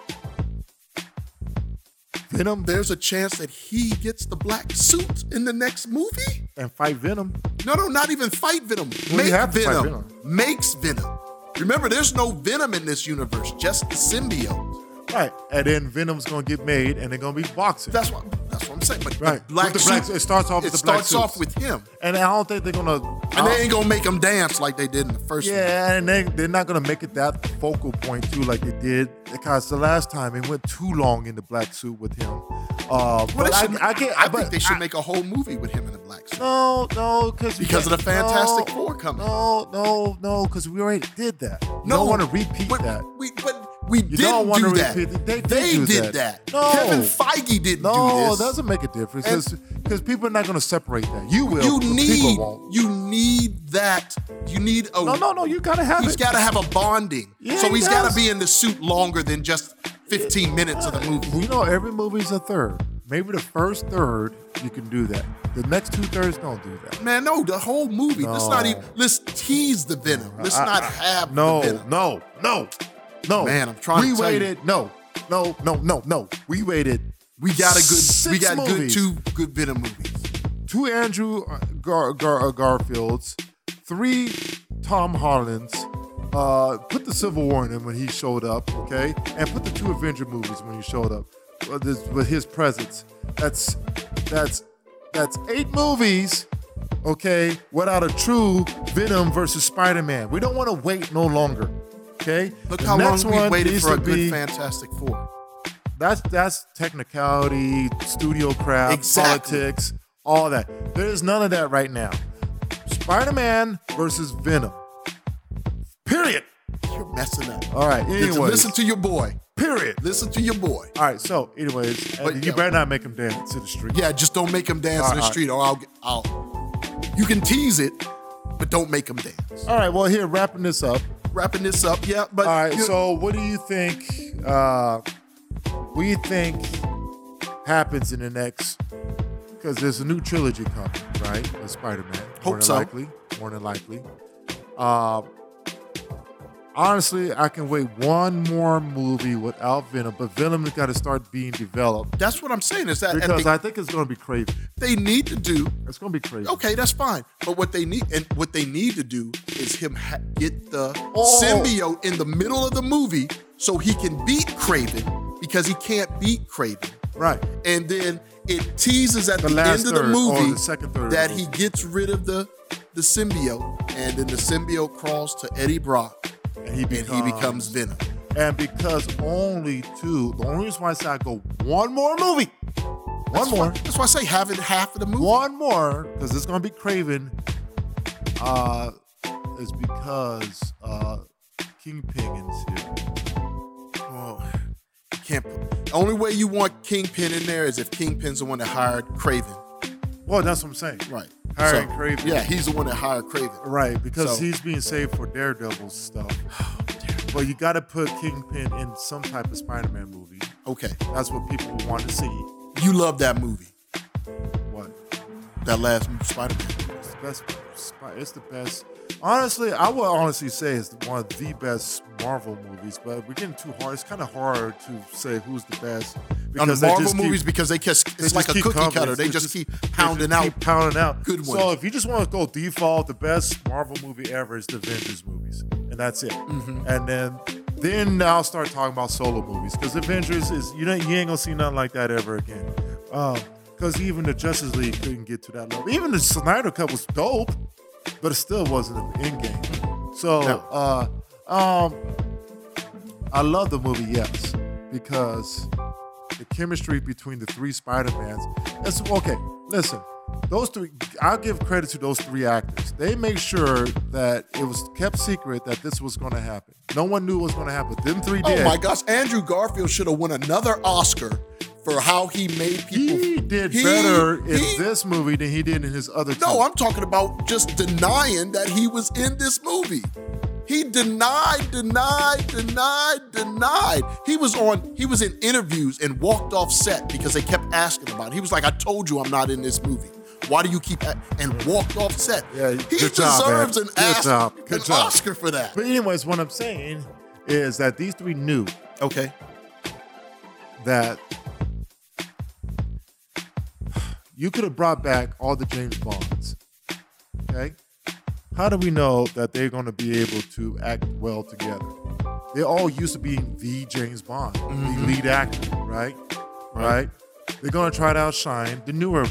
Speaker 4: Venom. um, There's a chance that he gets the black suit in the next movie.
Speaker 2: And fight Venom.
Speaker 4: No, no, not even fight Venom.
Speaker 2: you
Speaker 4: Make
Speaker 2: have to fight
Speaker 4: Venom.
Speaker 2: Venom.
Speaker 4: Makes Venom. Remember, there's no Venom in this universe. Just the symbiote.
Speaker 2: Right. And then Venom's gonna get made and they're gonna be boxing.
Speaker 4: That's what. That's what I'm saying. But
Speaker 2: Right.
Speaker 4: the black,
Speaker 2: With the black-
Speaker 4: suit,
Speaker 2: it starts off with the black
Speaker 4: starts off
Speaker 2: suits.
Speaker 4: with him,
Speaker 2: and I don't think they're gonna
Speaker 4: and they ain't gonna make him dance like they did in the first. one.
Speaker 2: Yeah, and they they're not gonna make it that focal point too, like they did. Because the last time it went too long in the black suit with him. Uh,
Speaker 4: Well,
Speaker 2: but
Speaker 4: they
Speaker 2: I,
Speaker 4: should-
Speaker 2: I get.
Speaker 4: I
Speaker 2: but
Speaker 4: think they should make a whole movie with him in a black suit.
Speaker 2: No, no, because
Speaker 4: Because of the Fantastic Four coming.
Speaker 2: No, no, no, because we already did that. You don't want to repeat
Speaker 4: but
Speaker 2: that.
Speaker 4: We, but we did
Speaker 2: don't
Speaker 4: do
Speaker 2: wanna
Speaker 4: that.
Speaker 2: repeat it. They did do
Speaker 4: did
Speaker 2: that.
Speaker 4: that.
Speaker 2: No.
Speaker 4: Kevin Feige didn't do
Speaker 2: No,
Speaker 4: this.
Speaker 2: it doesn't make a difference
Speaker 4: And-
Speaker 2: because people are not going to separate that. You will.
Speaker 4: you
Speaker 2: but
Speaker 4: need
Speaker 2: People won't.
Speaker 4: you need that. You need a
Speaker 2: No, no, no. You gotta have
Speaker 4: He's
Speaker 2: it.
Speaker 4: got to have a bonding.
Speaker 2: Yeah,
Speaker 4: so
Speaker 2: he
Speaker 4: he's got
Speaker 2: does.
Speaker 4: to be in the suit longer than just 15 minutes of the movie.
Speaker 2: We know every movie's a third. Maybe the first third you can do that. The next two thirds don't do that.
Speaker 4: Man, no, the whole movie. Let's not
Speaker 2: No.
Speaker 4: even let's tease the venom. Let's not have
Speaker 2: No,
Speaker 4: the venom.
Speaker 2: no, no, no.
Speaker 4: Man, I'm trying
Speaker 2: We
Speaker 4: to tell you.
Speaker 2: waited. No, no, no, no, no. We waited.
Speaker 4: We got a good we
Speaker 2: Six
Speaker 4: got good
Speaker 2: movies.
Speaker 4: two good venom movies.
Speaker 2: two Andrew uh, Gar- Gar- Garfields, three Tom Hollands. Uh, put the Civil War in him when he showed up, okay, and put the two Avenger movies when he showed up with his, with his presence. That's that's that's eight movies, okay, without a true Venom versus Spider-Man. We don't want to wait no longer, okay.
Speaker 4: Look
Speaker 2: The
Speaker 4: how long
Speaker 2: next
Speaker 4: we
Speaker 2: one
Speaker 4: waited
Speaker 2: needs
Speaker 4: for a
Speaker 2: to
Speaker 4: good
Speaker 2: be-
Speaker 4: Fantastic Four.
Speaker 2: that's that's technicality, studio craft,
Speaker 4: Exactly.
Speaker 2: politics, all that. There's none of that right now. Spider-Man versus Venom. Period.
Speaker 4: You're messing up.
Speaker 2: All right.
Speaker 4: Listen-
Speaker 2: Anyways.
Speaker 4: Listen to your boy.
Speaker 2: period.
Speaker 4: Listen to your boy.
Speaker 2: All right. So, anyways,
Speaker 4: But
Speaker 2: and you
Speaker 4: yeah.
Speaker 2: better not make him dance to the street.
Speaker 4: Yeah, just don't make him dance in the
Speaker 2: Alright.
Speaker 4: street, or I'll, get- I'll. You can tease it, but don't make him dance.
Speaker 2: All right. Well, here wrapping this up.
Speaker 4: Wrapping this up, yeah. But
Speaker 2: All right.
Speaker 4: you-
Speaker 2: So, what do you think? Uh, we think happens in the next because there's a new trilogy coming, right? With Spider-Man.
Speaker 4: Hope
Speaker 2: more than
Speaker 4: so.
Speaker 2: likely. More than likely. Uh, honestly, I can wait one more movie without Venom, but Venom has got to start being developed
Speaker 4: that's what I'm saying is that at
Speaker 2: because
Speaker 4: the-
Speaker 2: I think it's going to be crazy.
Speaker 4: they need to do.
Speaker 2: It's going to be crazy.
Speaker 4: Okay, that's fine. But what they need and what they need to do is him ha- get the
Speaker 2: Oh.
Speaker 4: symbiote in the middle of the movie so he can beat Craven because he can't beat Craven.
Speaker 2: Right.
Speaker 4: and then it teases at
Speaker 2: The
Speaker 4: the,
Speaker 2: last
Speaker 4: end of the
Speaker 2: third, or
Speaker 4: movie
Speaker 2: the second third of
Speaker 4: that
Speaker 2: the
Speaker 4: he
Speaker 2: movie.
Speaker 4: gets rid of the the symbiote, and then the symbiote crawls to Eddie Brock,
Speaker 2: And he becomes.
Speaker 4: and he becomes Venom.
Speaker 2: And because only two, the only reason why I say I go one more movie, one
Speaker 4: That's
Speaker 2: more,
Speaker 4: Why, that's why I say having half of the movie.
Speaker 2: one more, because it's gonna be Craven, uh, is because uh, Kingpin is here.
Speaker 4: Oh, you can't. Put, the only way you want Kingpin in there is if Kingpin's the one that hired Craven,
Speaker 2: Well, that's what I'm saying.
Speaker 4: right?
Speaker 2: Hired Craven.
Speaker 4: Yeah, he's the one that hired Craven.
Speaker 2: Right, because
Speaker 4: So-
Speaker 2: he's being saved for Daredevil stuff. But you gotta put Kingpin in some type of Spider-Man movie.
Speaker 4: Okay,
Speaker 2: That's what people want to see.
Speaker 4: you love that movie,
Speaker 2: What?
Speaker 4: that last Spider-Man.
Speaker 2: It's the best. spy- It's the best. Honestly, I would honestly say it's one of the best Marvel movies. But we're getting too hard. It's kind of hard to say who's the best
Speaker 4: On the
Speaker 2: they
Speaker 4: Marvel
Speaker 2: just keep-
Speaker 4: movies, because they just
Speaker 2: they
Speaker 4: it's like
Speaker 2: just
Speaker 4: a
Speaker 2: keep
Speaker 4: cookie
Speaker 2: coming.
Speaker 4: cutter. They
Speaker 2: It's
Speaker 4: just, keep pounding
Speaker 2: just
Speaker 4: out
Speaker 2: keep pounding out
Speaker 4: good
Speaker 2: So
Speaker 4: ones.
Speaker 2: if you just want to go default, the best Marvel movie ever is the Avengers movies, and that's it.
Speaker 4: Mm-hmm.
Speaker 2: And then then I'll start talking about solo movies because Avengers is you know you ain't gonna see nothing like that ever again. Because even the Justice League couldn't get to that level. Even the Snyder Cut was dope, but it still wasn't an end game. So uh, um, I love the movie, yes, because the chemistry between the three Spider-Mans. That's okay. Listen, those three, I'll give credit to those three actors. They make sure that it was kept secret that this was going to happen. No one knew what was going to happen. Them three
Speaker 4: Oh
Speaker 2: did.
Speaker 4: my gosh, Andrew Garfield should have won another Oscar for how he made people.
Speaker 2: He did
Speaker 4: He-
Speaker 2: better in
Speaker 4: he-
Speaker 2: this movie than he did in his other.
Speaker 4: No,
Speaker 2: two.
Speaker 4: I'm talking about just denying that he was in this movie. He denied, denied, denied, denied. He was on. He was in interviews and walked off set because they kept asking about it. He was like, "I told you I'm not in this movie. Why do you keep?" a-" And walked off set.
Speaker 2: Yeah,
Speaker 4: he
Speaker 2: good job, man.
Speaker 4: deserves an,
Speaker 2: Good
Speaker 4: ass-
Speaker 2: job. Good
Speaker 4: an
Speaker 2: job.
Speaker 4: Oscar for that.
Speaker 2: But anyways, what I'm saying is that these three knew
Speaker 4: Okay.
Speaker 2: that you could have brought back all the James Bonds. Okay? How do we know that they're going to be able to act well together? They all used to being the James Bond,
Speaker 4: Mm-hmm.
Speaker 2: the lead actor, right? Right? They're going to try to outshine the newer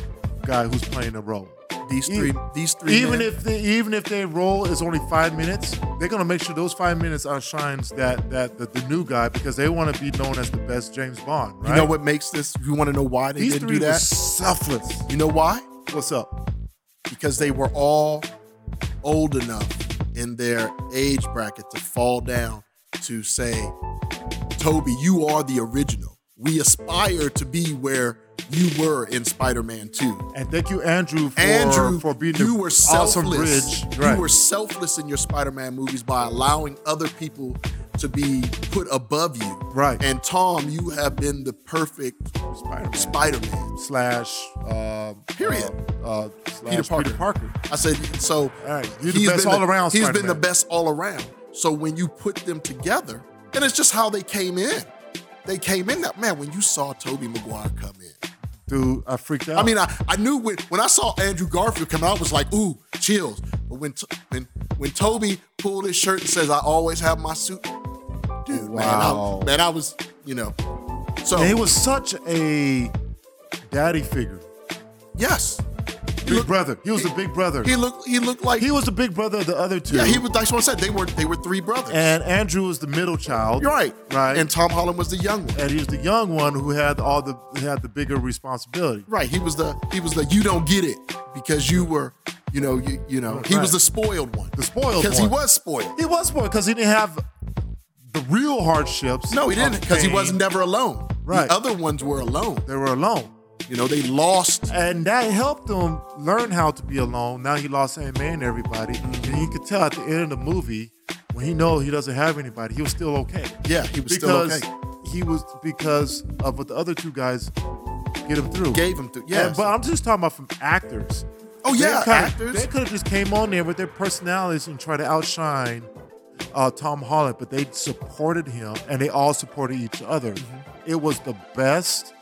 Speaker 2: guy who's playing the role.
Speaker 4: These
Speaker 2: E-
Speaker 4: three. These three.
Speaker 2: Even
Speaker 4: men-
Speaker 2: if they, even if their role is only five minutes, they're gonna make sure those five minutes outshines that that the, the new guy because they want to be known as the best James Bond. Right?
Speaker 4: you know what makes this. You want to know why they
Speaker 2: These
Speaker 4: didn't
Speaker 2: three
Speaker 4: do that?
Speaker 2: were selfless.
Speaker 4: you know why?
Speaker 2: What's up?
Speaker 4: because they were all old enough in their age bracket to fall down to say, Toby, you are the original. We aspire to be where you were in Spider Man 2.
Speaker 2: And thank you, Andrew, for,
Speaker 4: Andrew,
Speaker 2: for being
Speaker 4: you
Speaker 2: the
Speaker 4: were
Speaker 2: awesome
Speaker 4: selfless.
Speaker 2: bridge. Right.
Speaker 4: You were selfless in your Spider-Man movies by allowing other people to be put above you.
Speaker 2: Right.
Speaker 4: And Tom, you have been the perfect
Speaker 2: Spider-Man
Speaker 4: Spider-Man.
Speaker 2: slash um,
Speaker 4: Period.
Speaker 2: Uh, uh, slash
Speaker 4: Peter Parker.
Speaker 2: Parker.
Speaker 4: I said, so
Speaker 2: All right, you're the best all around
Speaker 4: He's been
Speaker 2: Spider-Man.
Speaker 4: the best all around. So when you put them together, and it's just how they came in. They came in that man. When you saw Toby Maguire come in,
Speaker 2: Dude, I freaked out.
Speaker 4: I mean, I, I knew when when I saw Andrew Garfield come out, I was like, ooh, chills. But when To- when when Toby pulled his shirt and says, "I always have my suit," dude,
Speaker 2: Wow.
Speaker 4: man, I, man, I was, you know, so
Speaker 2: and he was such a daddy figure,
Speaker 4: yes,
Speaker 2: big brother. He was a big brother.
Speaker 4: he looked he looked like
Speaker 2: He was the big brother of the other two.
Speaker 4: yeah he was. That's what I said. They were they were three brothers.
Speaker 2: and Andrew was the middle child.
Speaker 4: You're right.
Speaker 2: Right.
Speaker 4: And Tom Holland was the young one.
Speaker 2: and he was the young one who had all the who had the bigger responsibility.
Speaker 4: Right. He was the he was the you don't get it because you were you know you you know he
Speaker 2: Right.
Speaker 4: was the spoiled one.
Speaker 2: The spoiled
Speaker 4: because he
Speaker 2: one.
Speaker 4: was spoiled.
Speaker 2: He was poor because he didn't have the real hardships.
Speaker 4: No, he didn't
Speaker 2: of
Speaker 4: because Uh, he
Speaker 2: pain.
Speaker 4: was never alone.
Speaker 2: Right.
Speaker 4: The other ones were alone.
Speaker 2: They were alone,
Speaker 4: You know they lost.
Speaker 2: and that helped him learn how to be alone. Now he lost Aunt May and everybody, and you could tell at the end of the movie when he knows he doesn't have anybody, he was still okay.
Speaker 4: Yeah, he was
Speaker 2: because
Speaker 4: still okay.
Speaker 2: he was because of what the other two guys get him through.
Speaker 4: Gave him through.
Speaker 2: Yeah,
Speaker 4: Yeah.
Speaker 2: but I'm just talking about from actors.
Speaker 4: oh yeah,
Speaker 2: they kinda-
Speaker 4: actors.
Speaker 2: They could have just came on there with their personalities and tried to outshine uh, Tom Holland, but they supported him and they all supported each other.
Speaker 4: Mm-hmm.
Speaker 2: It was the best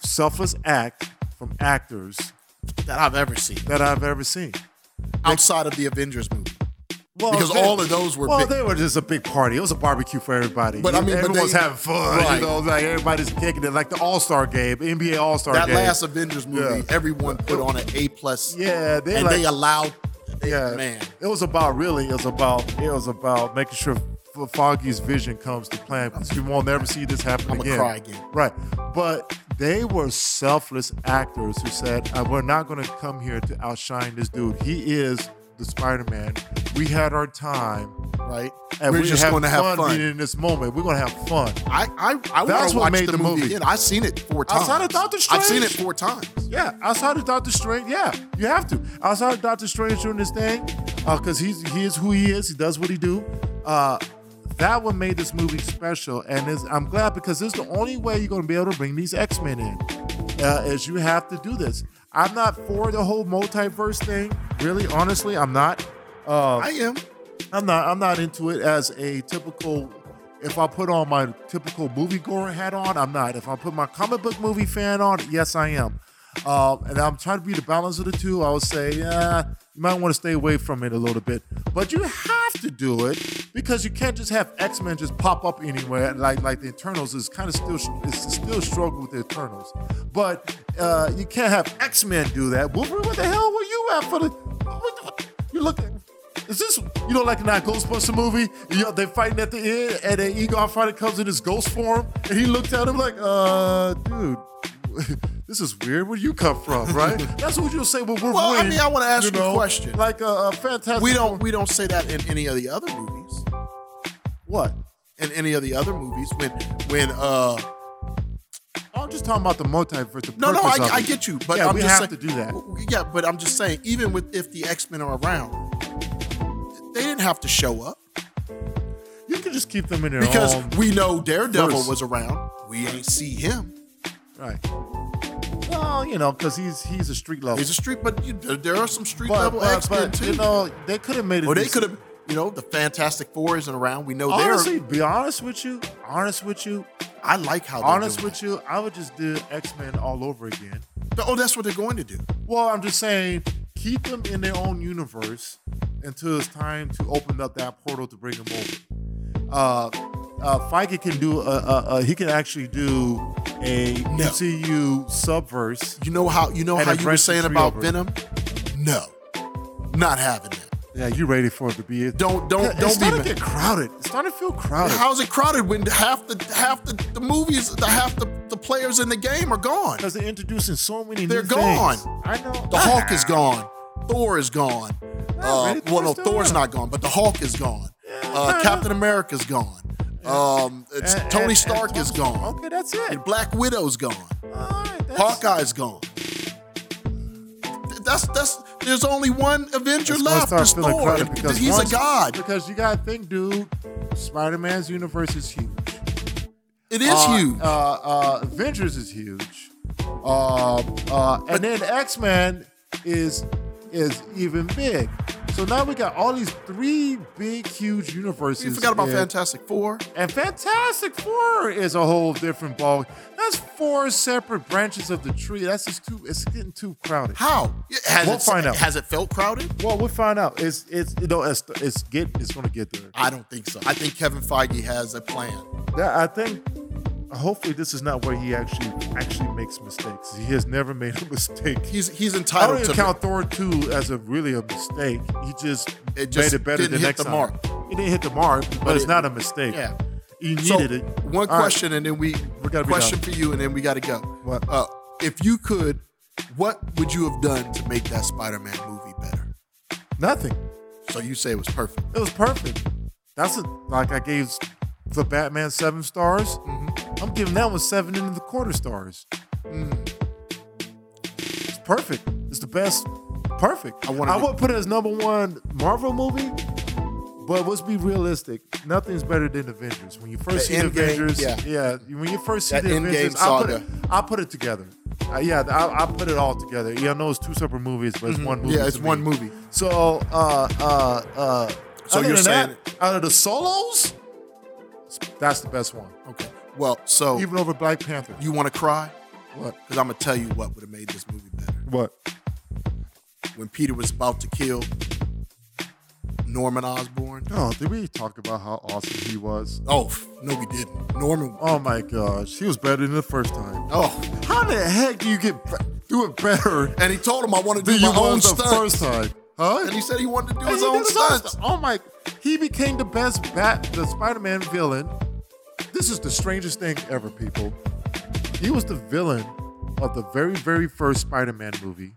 Speaker 2: selfless act from actors
Speaker 4: that I've ever seen
Speaker 2: that I've ever seen.
Speaker 4: outside of the Avengers movie.
Speaker 2: Well,
Speaker 4: Because all of those were
Speaker 2: well,
Speaker 4: big.
Speaker 2: they were just a big party. It was a barbecue for everybody.
Speaker 4: But I mean, but
Speaker 2: everyone's
Speaker 4: they-
Speaker 2: having fun.
Speaker 4: Right.
Speaker 2: You know, like everybody's kicking it, like the All Star game, NBA All Star
Speaker 4: That
Speaker 2: game.
Speaker 4: last Avengers movie,
Speaker 2: Yeah.
Speaker 4: everyone put on an A plus.
Speaker 2: yeah, they
Speaker 4: And
Speaker 2: like,
Speaker 4: they allowed. they-
Speaker 2: Yeah,
Speaker 4: Man.
Speaker 2: It was about really. It was about. It was about making sure F- Foggy's vision comes to plan because you won't never see this happen
Speaker 4: I'ma
Speaker 2: again.
Speaker 4: cry again.
Speaker 2: Right, but they were selfless actors who said, "Uh, "We're not going to come here to outshine this dude. He is the Spider-Man. We had our time,
Speaker 4: Right.
Speaker 2: and
Speaker 4: we're
Speaker 2: we
Speaker 4: just
Speaker 2: have
Speaker 4: going to have fun.
Speaker 2: being in this moment. We're going to have fun."
Speaker 4: I I, I want
Speaker 2: That's
Speaker 4: to
Speaker 2: what
Speaker 4: watch
Speaker 2: made
Speaker 4: the,
Speaker 2: the
Speaker 4: movie.
Speaker 2: movie.
Speaker 4: again. I've seen it four times.
Speaker 2: Outside of Doctor
Speaker 4: I've seen it
Speaker 2: Strange.
Speaker 4: four times.
Speaker 2: Yeah, outside of Doctor Strange, yeah, you have to. Outside of Doctor Strange doing this thing, because he's he is who he is, he does what he do. Uh, that one made this movie special, and it's, I'm glad because this is the only way you're going to be able to bring these X Men in. Uh, is you have to do this. I'm not for the whole multiverse thing, really. Honestly, I'm not. Uh,
Speaker 4: I am.
Speaker 2: I'm not. I'm not into it as a typical. If I put on my typical moviegoer hat on, I'm not. If I put my comic book movie fan on, yes, I am. Um, and I'm trying to be the balance of the two. I would say, yeah, you might want to stay away from it a little bit, but you have to do it because you can't just have X Men just pop up anywhere. Like like the Eternals is kind of still it's still a struggle with the Eternals, but uh, you can't have X Men do that. Wolverine, what the hell were you at for the? What, what, you looking? Is this you know like in that Ghostbuster movie? You know, they fighting at the end, and E then Egon finally comes in his ghost form, and he looks at him like, "Uh, dude, this is weird. Where do you come from, right? That's what you'll say when we're
Speaker 4: Well, I
Speaker 2: winning,
Speaker 4: mean, I wanna ask you a
Speaker 2: know,
Speaker 4: question.
Speaker 2: Like a, a fantastic.
Speaker 4: We don't we don't say that in any of the other movies.
Speaker 2: what?
Speaker 4: In any of the other movies, when when uh
Speaker 2: I'm just talking about the multiverse. The
Speaker 4: no no
Speaker 2: purpose
Speaker 4: I,
Speaker 2: of
Speaker 4: I
Speaker 2: it.
Speaker 4: get you, but
Speaker 2: yeah,
Speaker 4: I'm
Speaker 2: we
Speaker 4: just
Speaker 2: have
Speaker 4: saying,
Speaker 2: to do that.
Speaker 4: Yeah, but I'm just saying, even with if the X Men are around, they didn't have to show up
Speaker 2: You can just keep them in their
Speaker 4: because
Speaker 2: own.
Speaker 4: we know Daredevil
Speaker 2: first.
Speaker 4: was around. We ain't see him.
Speaker 2: right. Well, you know, because he's he's a street level.
Speaker 4: He's a street, but you, there- there are some street
Speaker 2: but,
Speaker 4: level
Speaker 2: but,
Speaker 4: X Men
Speaker 2: but,
Speaker 4: too.
Speaker 2: you know, they could have made it.
Speaker 4: or they
Speaker 2: this-
Speaker 4: could have, you know, the Fantastic Four isn't around. We know
Speaker 2: Honestly,
Speaker 4: they're.
Speaker 2: be honest with you. Honest with you.
Speaker 4: I like how. they're
Speaker 2: Honest
Speaker 4: doing
Speaker 2: with you. I would just do X Men all over again.
Speaker 4: it. Oh, that's what they're going to do.
Speaker 2: Well, I'm just saying, keep them in their own universe until it's time to open up that portal to bring them over. Uh, uh, Feige can do, a, a, a, he can actually do a MCU subverse.
Speaker 4: You know how you know
Speaker 2: And
Speaker 4: how
Speaker 2: a
Speaker 4: you were
Speaker 2: fresh
Speaker 4: saying
Speaker 2: tree
Speaker 4: about
Speaker 2: over.
Speaker 4: Venom. No, not having that.
Speaker 2: Yeah, you ready for it to be it?
Speaker 4: Don't don't
Speaker 2: it's
Speaker 4: don't be
Speaker 2: starting
Speaker 4: mad.
Speaker 2: to get crowded. It's starting to feel crowded.
Speaker 4: How's it crowded when half the half the, the movies, the half the, the players in the game are gone?
Speaker 2: Because they're introducing so many.
Speaker 4: They're
Speaker 2: new
Speaker 4: gone.
Speaker 2: Things. I know.
Speaker 4: The Hulk is gone. Thor is gone. Uh,
Speaker 2: really,
Speaker 4: well, no,
Speaker 2: Thor's still
Speaker 4: Thor's
Speaker 2: around.
Speaker 4: not gone, but the Hulk is gone. Uh,
Speaker 2: kinda.
Speaker 4: Captain America's gone. Um, it's
Speaker 2: And-
Speaker 4: Tony
Speaker 2: and-
Speaker 4: Stark
Speaker 2: and
Speaker 4: is
Speaker 2: Tony-
Speaker 4: gone.
Speaker 2: Okay, that's it.
Speaker 4: And Black Widow's gone.
Speaker 2: All right, that's-
Speaker 4: Hawkeye's gone. Th- That's that's. There's only one Avenger
Speaker 2: It's gonna
Speaker 4: left.
Speaker 2: start
Speaker 4: It's
Speaker 2: feeling
Speaker 4: Thor.
Speaker 2: crowded because
Speaker 4: He's a
Speaker 2: once-
Speaker 4: god.
Speaker 2: Because you gotta think, dude. Spider-Man's universe is huge.
Speaker 4: It is
Speaker 2: Uh,
Speaker 4: huge.
Speaker 2: Uh, uh, Avengers is huge. Uh, uh, and then X Men is is even big. So now we got all these three big, huge universes.
Speaker 4: you forgot about
Speaker 2: and,
Speaker 4: Fantastic Four.
Speaker 2: And Fantastic Four is a whole different ball. That's four separate branches of the tree. That's just too. It's getting too crowded.
Speaker 4: How? Has
Speaker 2: We'll
Speaker 4: it,
Speaker 2: find out.
Speaker 4: Has it felt crowded?
Speaker 2: Well, we'll find out. It's it's you know it's it's get it's gonna get there.
Speaker 4: I don't think so. I think Kevin Feige has a plan.
Speaker 2: Yeah, I think hopefully this is not where he actually actually makes mistakes. He has never made a mistake.
Speaker 4: He's he's
Speaker 2: I
Speaker 4: entitled
Speaker 2: don't
Speaker 4: to
Speaker 2: even count Thor two as a really a mistake. He just
Speaker 4: It just
Speaker 2: made it better
Speaker 4: didn't
Speaker 2: the
Speaker 4: hit
Speaker 2: next
Speaker 4: the
Speaker 2: time.
Speaker 4: mark.
Speaker 2: It didn't hit the mark, but, it's
Speaker 4: it-
Speaker 2: not a mistake.
Speaker 4: yeah.
Speaker 2: he needed
Speaker 4: So,
Speaker 2: it.
Speaker 4: One
Speaker 2: All right.
Speaker 4: question, and then we,
Speaker 2: gotta be
Speaker 4: question for you, and then we got to go.
Speaker 2: What?
Speaker 4: Uh, if you could, what would you have done to make that Spider-Man movie better?
Speaker 2: Nothing.
Speaker 4: So you say it was perfect.
Speaker 2: It was perfect. That's it. Like I gave the Batman seven stars.
Speaker 4: Mm-hmm.
Speaker 2: I'm giving that one seven and the quarter stars.
Speaker 4: Mm.
Speaker 2: It's perfect. It's the best. Perfect.
Speaker 4: I
Speaker 2: I,
Speaker 4: wanna be-
Speaker 2: would put it as number one Marvel movie, but let's be realistic. Nothing's better than Avengers. When you first
Speaker 4: The
Speaker 2: see the
Speaker 4: Endgame,
Speaker 2: Avengers,
Speaker 4: yeah.
Speaker 2: When you first see
Speaker 4: That
Speaker 2: the
Speaker 4: Endgame
Speaker 2: Avengers, I put
Speaker 4: saga.
Speaker 2: it, I put it together. Uh, yeah, I, I put it all together. Yeah, I know it's two separate movies, but it's one movie.
Speaker 4: Mm-hmm. Yeah, it's
Speaker 2: to
Speaker 4: one
Speaker 2: me.
Speaker 4: movie.
Speaker 2: So, uh, uh, uh,
Speaker 4: So
Speaker 2: other
Speaker 4: you're
Speaker 2: than
Speaker 4: saying-
Speaker 2: that, out of the solos, that's the best one.
Speaker 4: Okay. Well, so
Speaker 2: Even over Black Panther.
Speaker 4: you want to cry?
Speaker 2: What?
Speaker 4: Because I'm gonna tell you what would have made this movie better.
Speaker 2: What?
Speaker 4: When Peter was about to kill Norman Osborn.
Speaker 2: No, did we talk about how awesome he was?
Speaker 4: Oh f- no, we didn't. Norman.
Speaker 2: Oh my gosh, he was better than the first time.
Speaker 4: Oh.
Speaker 2: How the heck do you get be- do it better
Speaker 4: And he told him I want to do
Speaker 2: than you
Speaker 4: my own
Speaker 2: was the
Speaker 4: stunts.
Speaker 2: first time? Huh?
Speaker 4: And he said he wanted to do
Speaker 2: And
Speaker 4: his
Speaker 2: he did
Speaker 4: own
Speaker 2: his own
Speaker 4: stunts.
Speaker 2: stu- Oh my! He became the best Bat, the Spider-Man villain. This is the strangest thing ever, people. He was the villain of the very, very first Spider-Man movie,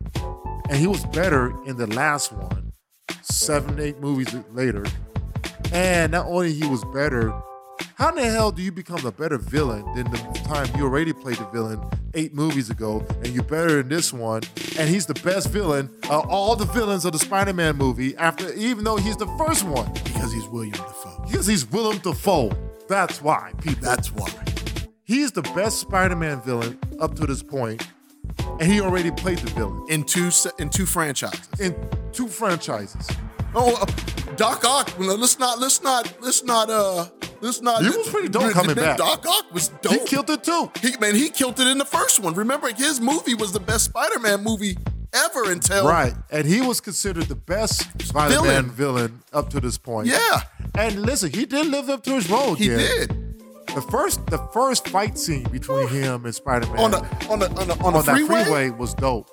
Speaker 2: and he was better in the last one, seven, eight movies later. And not only he was better, how in the hell do you become a better villain than the time you already played the villain eight movies ago, and you're better in this one? And he's the best villain of all the villains of the Spider-Man movie. After even though he's the first one,
Speaker 4: Because he's William Defoe.
Speaker 2: because he's Willem Dafoe. That's why people.
Speaker 4: That's why.
Speaker 2: He's the best Spider-Man villain up to this point, and he already played the villain
Speaker 4: in two se- in two franchises.
Speaker 2: in two franchises.
Speaker 4: Oh, uh, Doc Ock. well, Let's not let's not let's not uh let's not.
Speaker 2: He was pretty dope
Speaker 4: Dude,
Speaker 2: coming back.
Speaker 4: that Doc Ock was dope.
Speaker 2: He killed it too.
Speaker 4: He, man, he killed it in the first one. Remember, his movie was the best Spider-Man movie ever until
Speaker 2: Right. And he was considered the best Spider
Speaker 4: Villain.
Speaker 2: Man villain up to this point.
Speaker 4: Yeah.
Speaker 2: And listen, he did live up to his role.
Speaker 4: He
Speaker 2: Gary.
Speaker 4: did
Speaker 2: The first the first fight scene between him and Spider Man
Speaker 4: on the on the on the on, the
Speaker 2: that
Speaker 4: freeway.
Speaker 2: freeway was dope.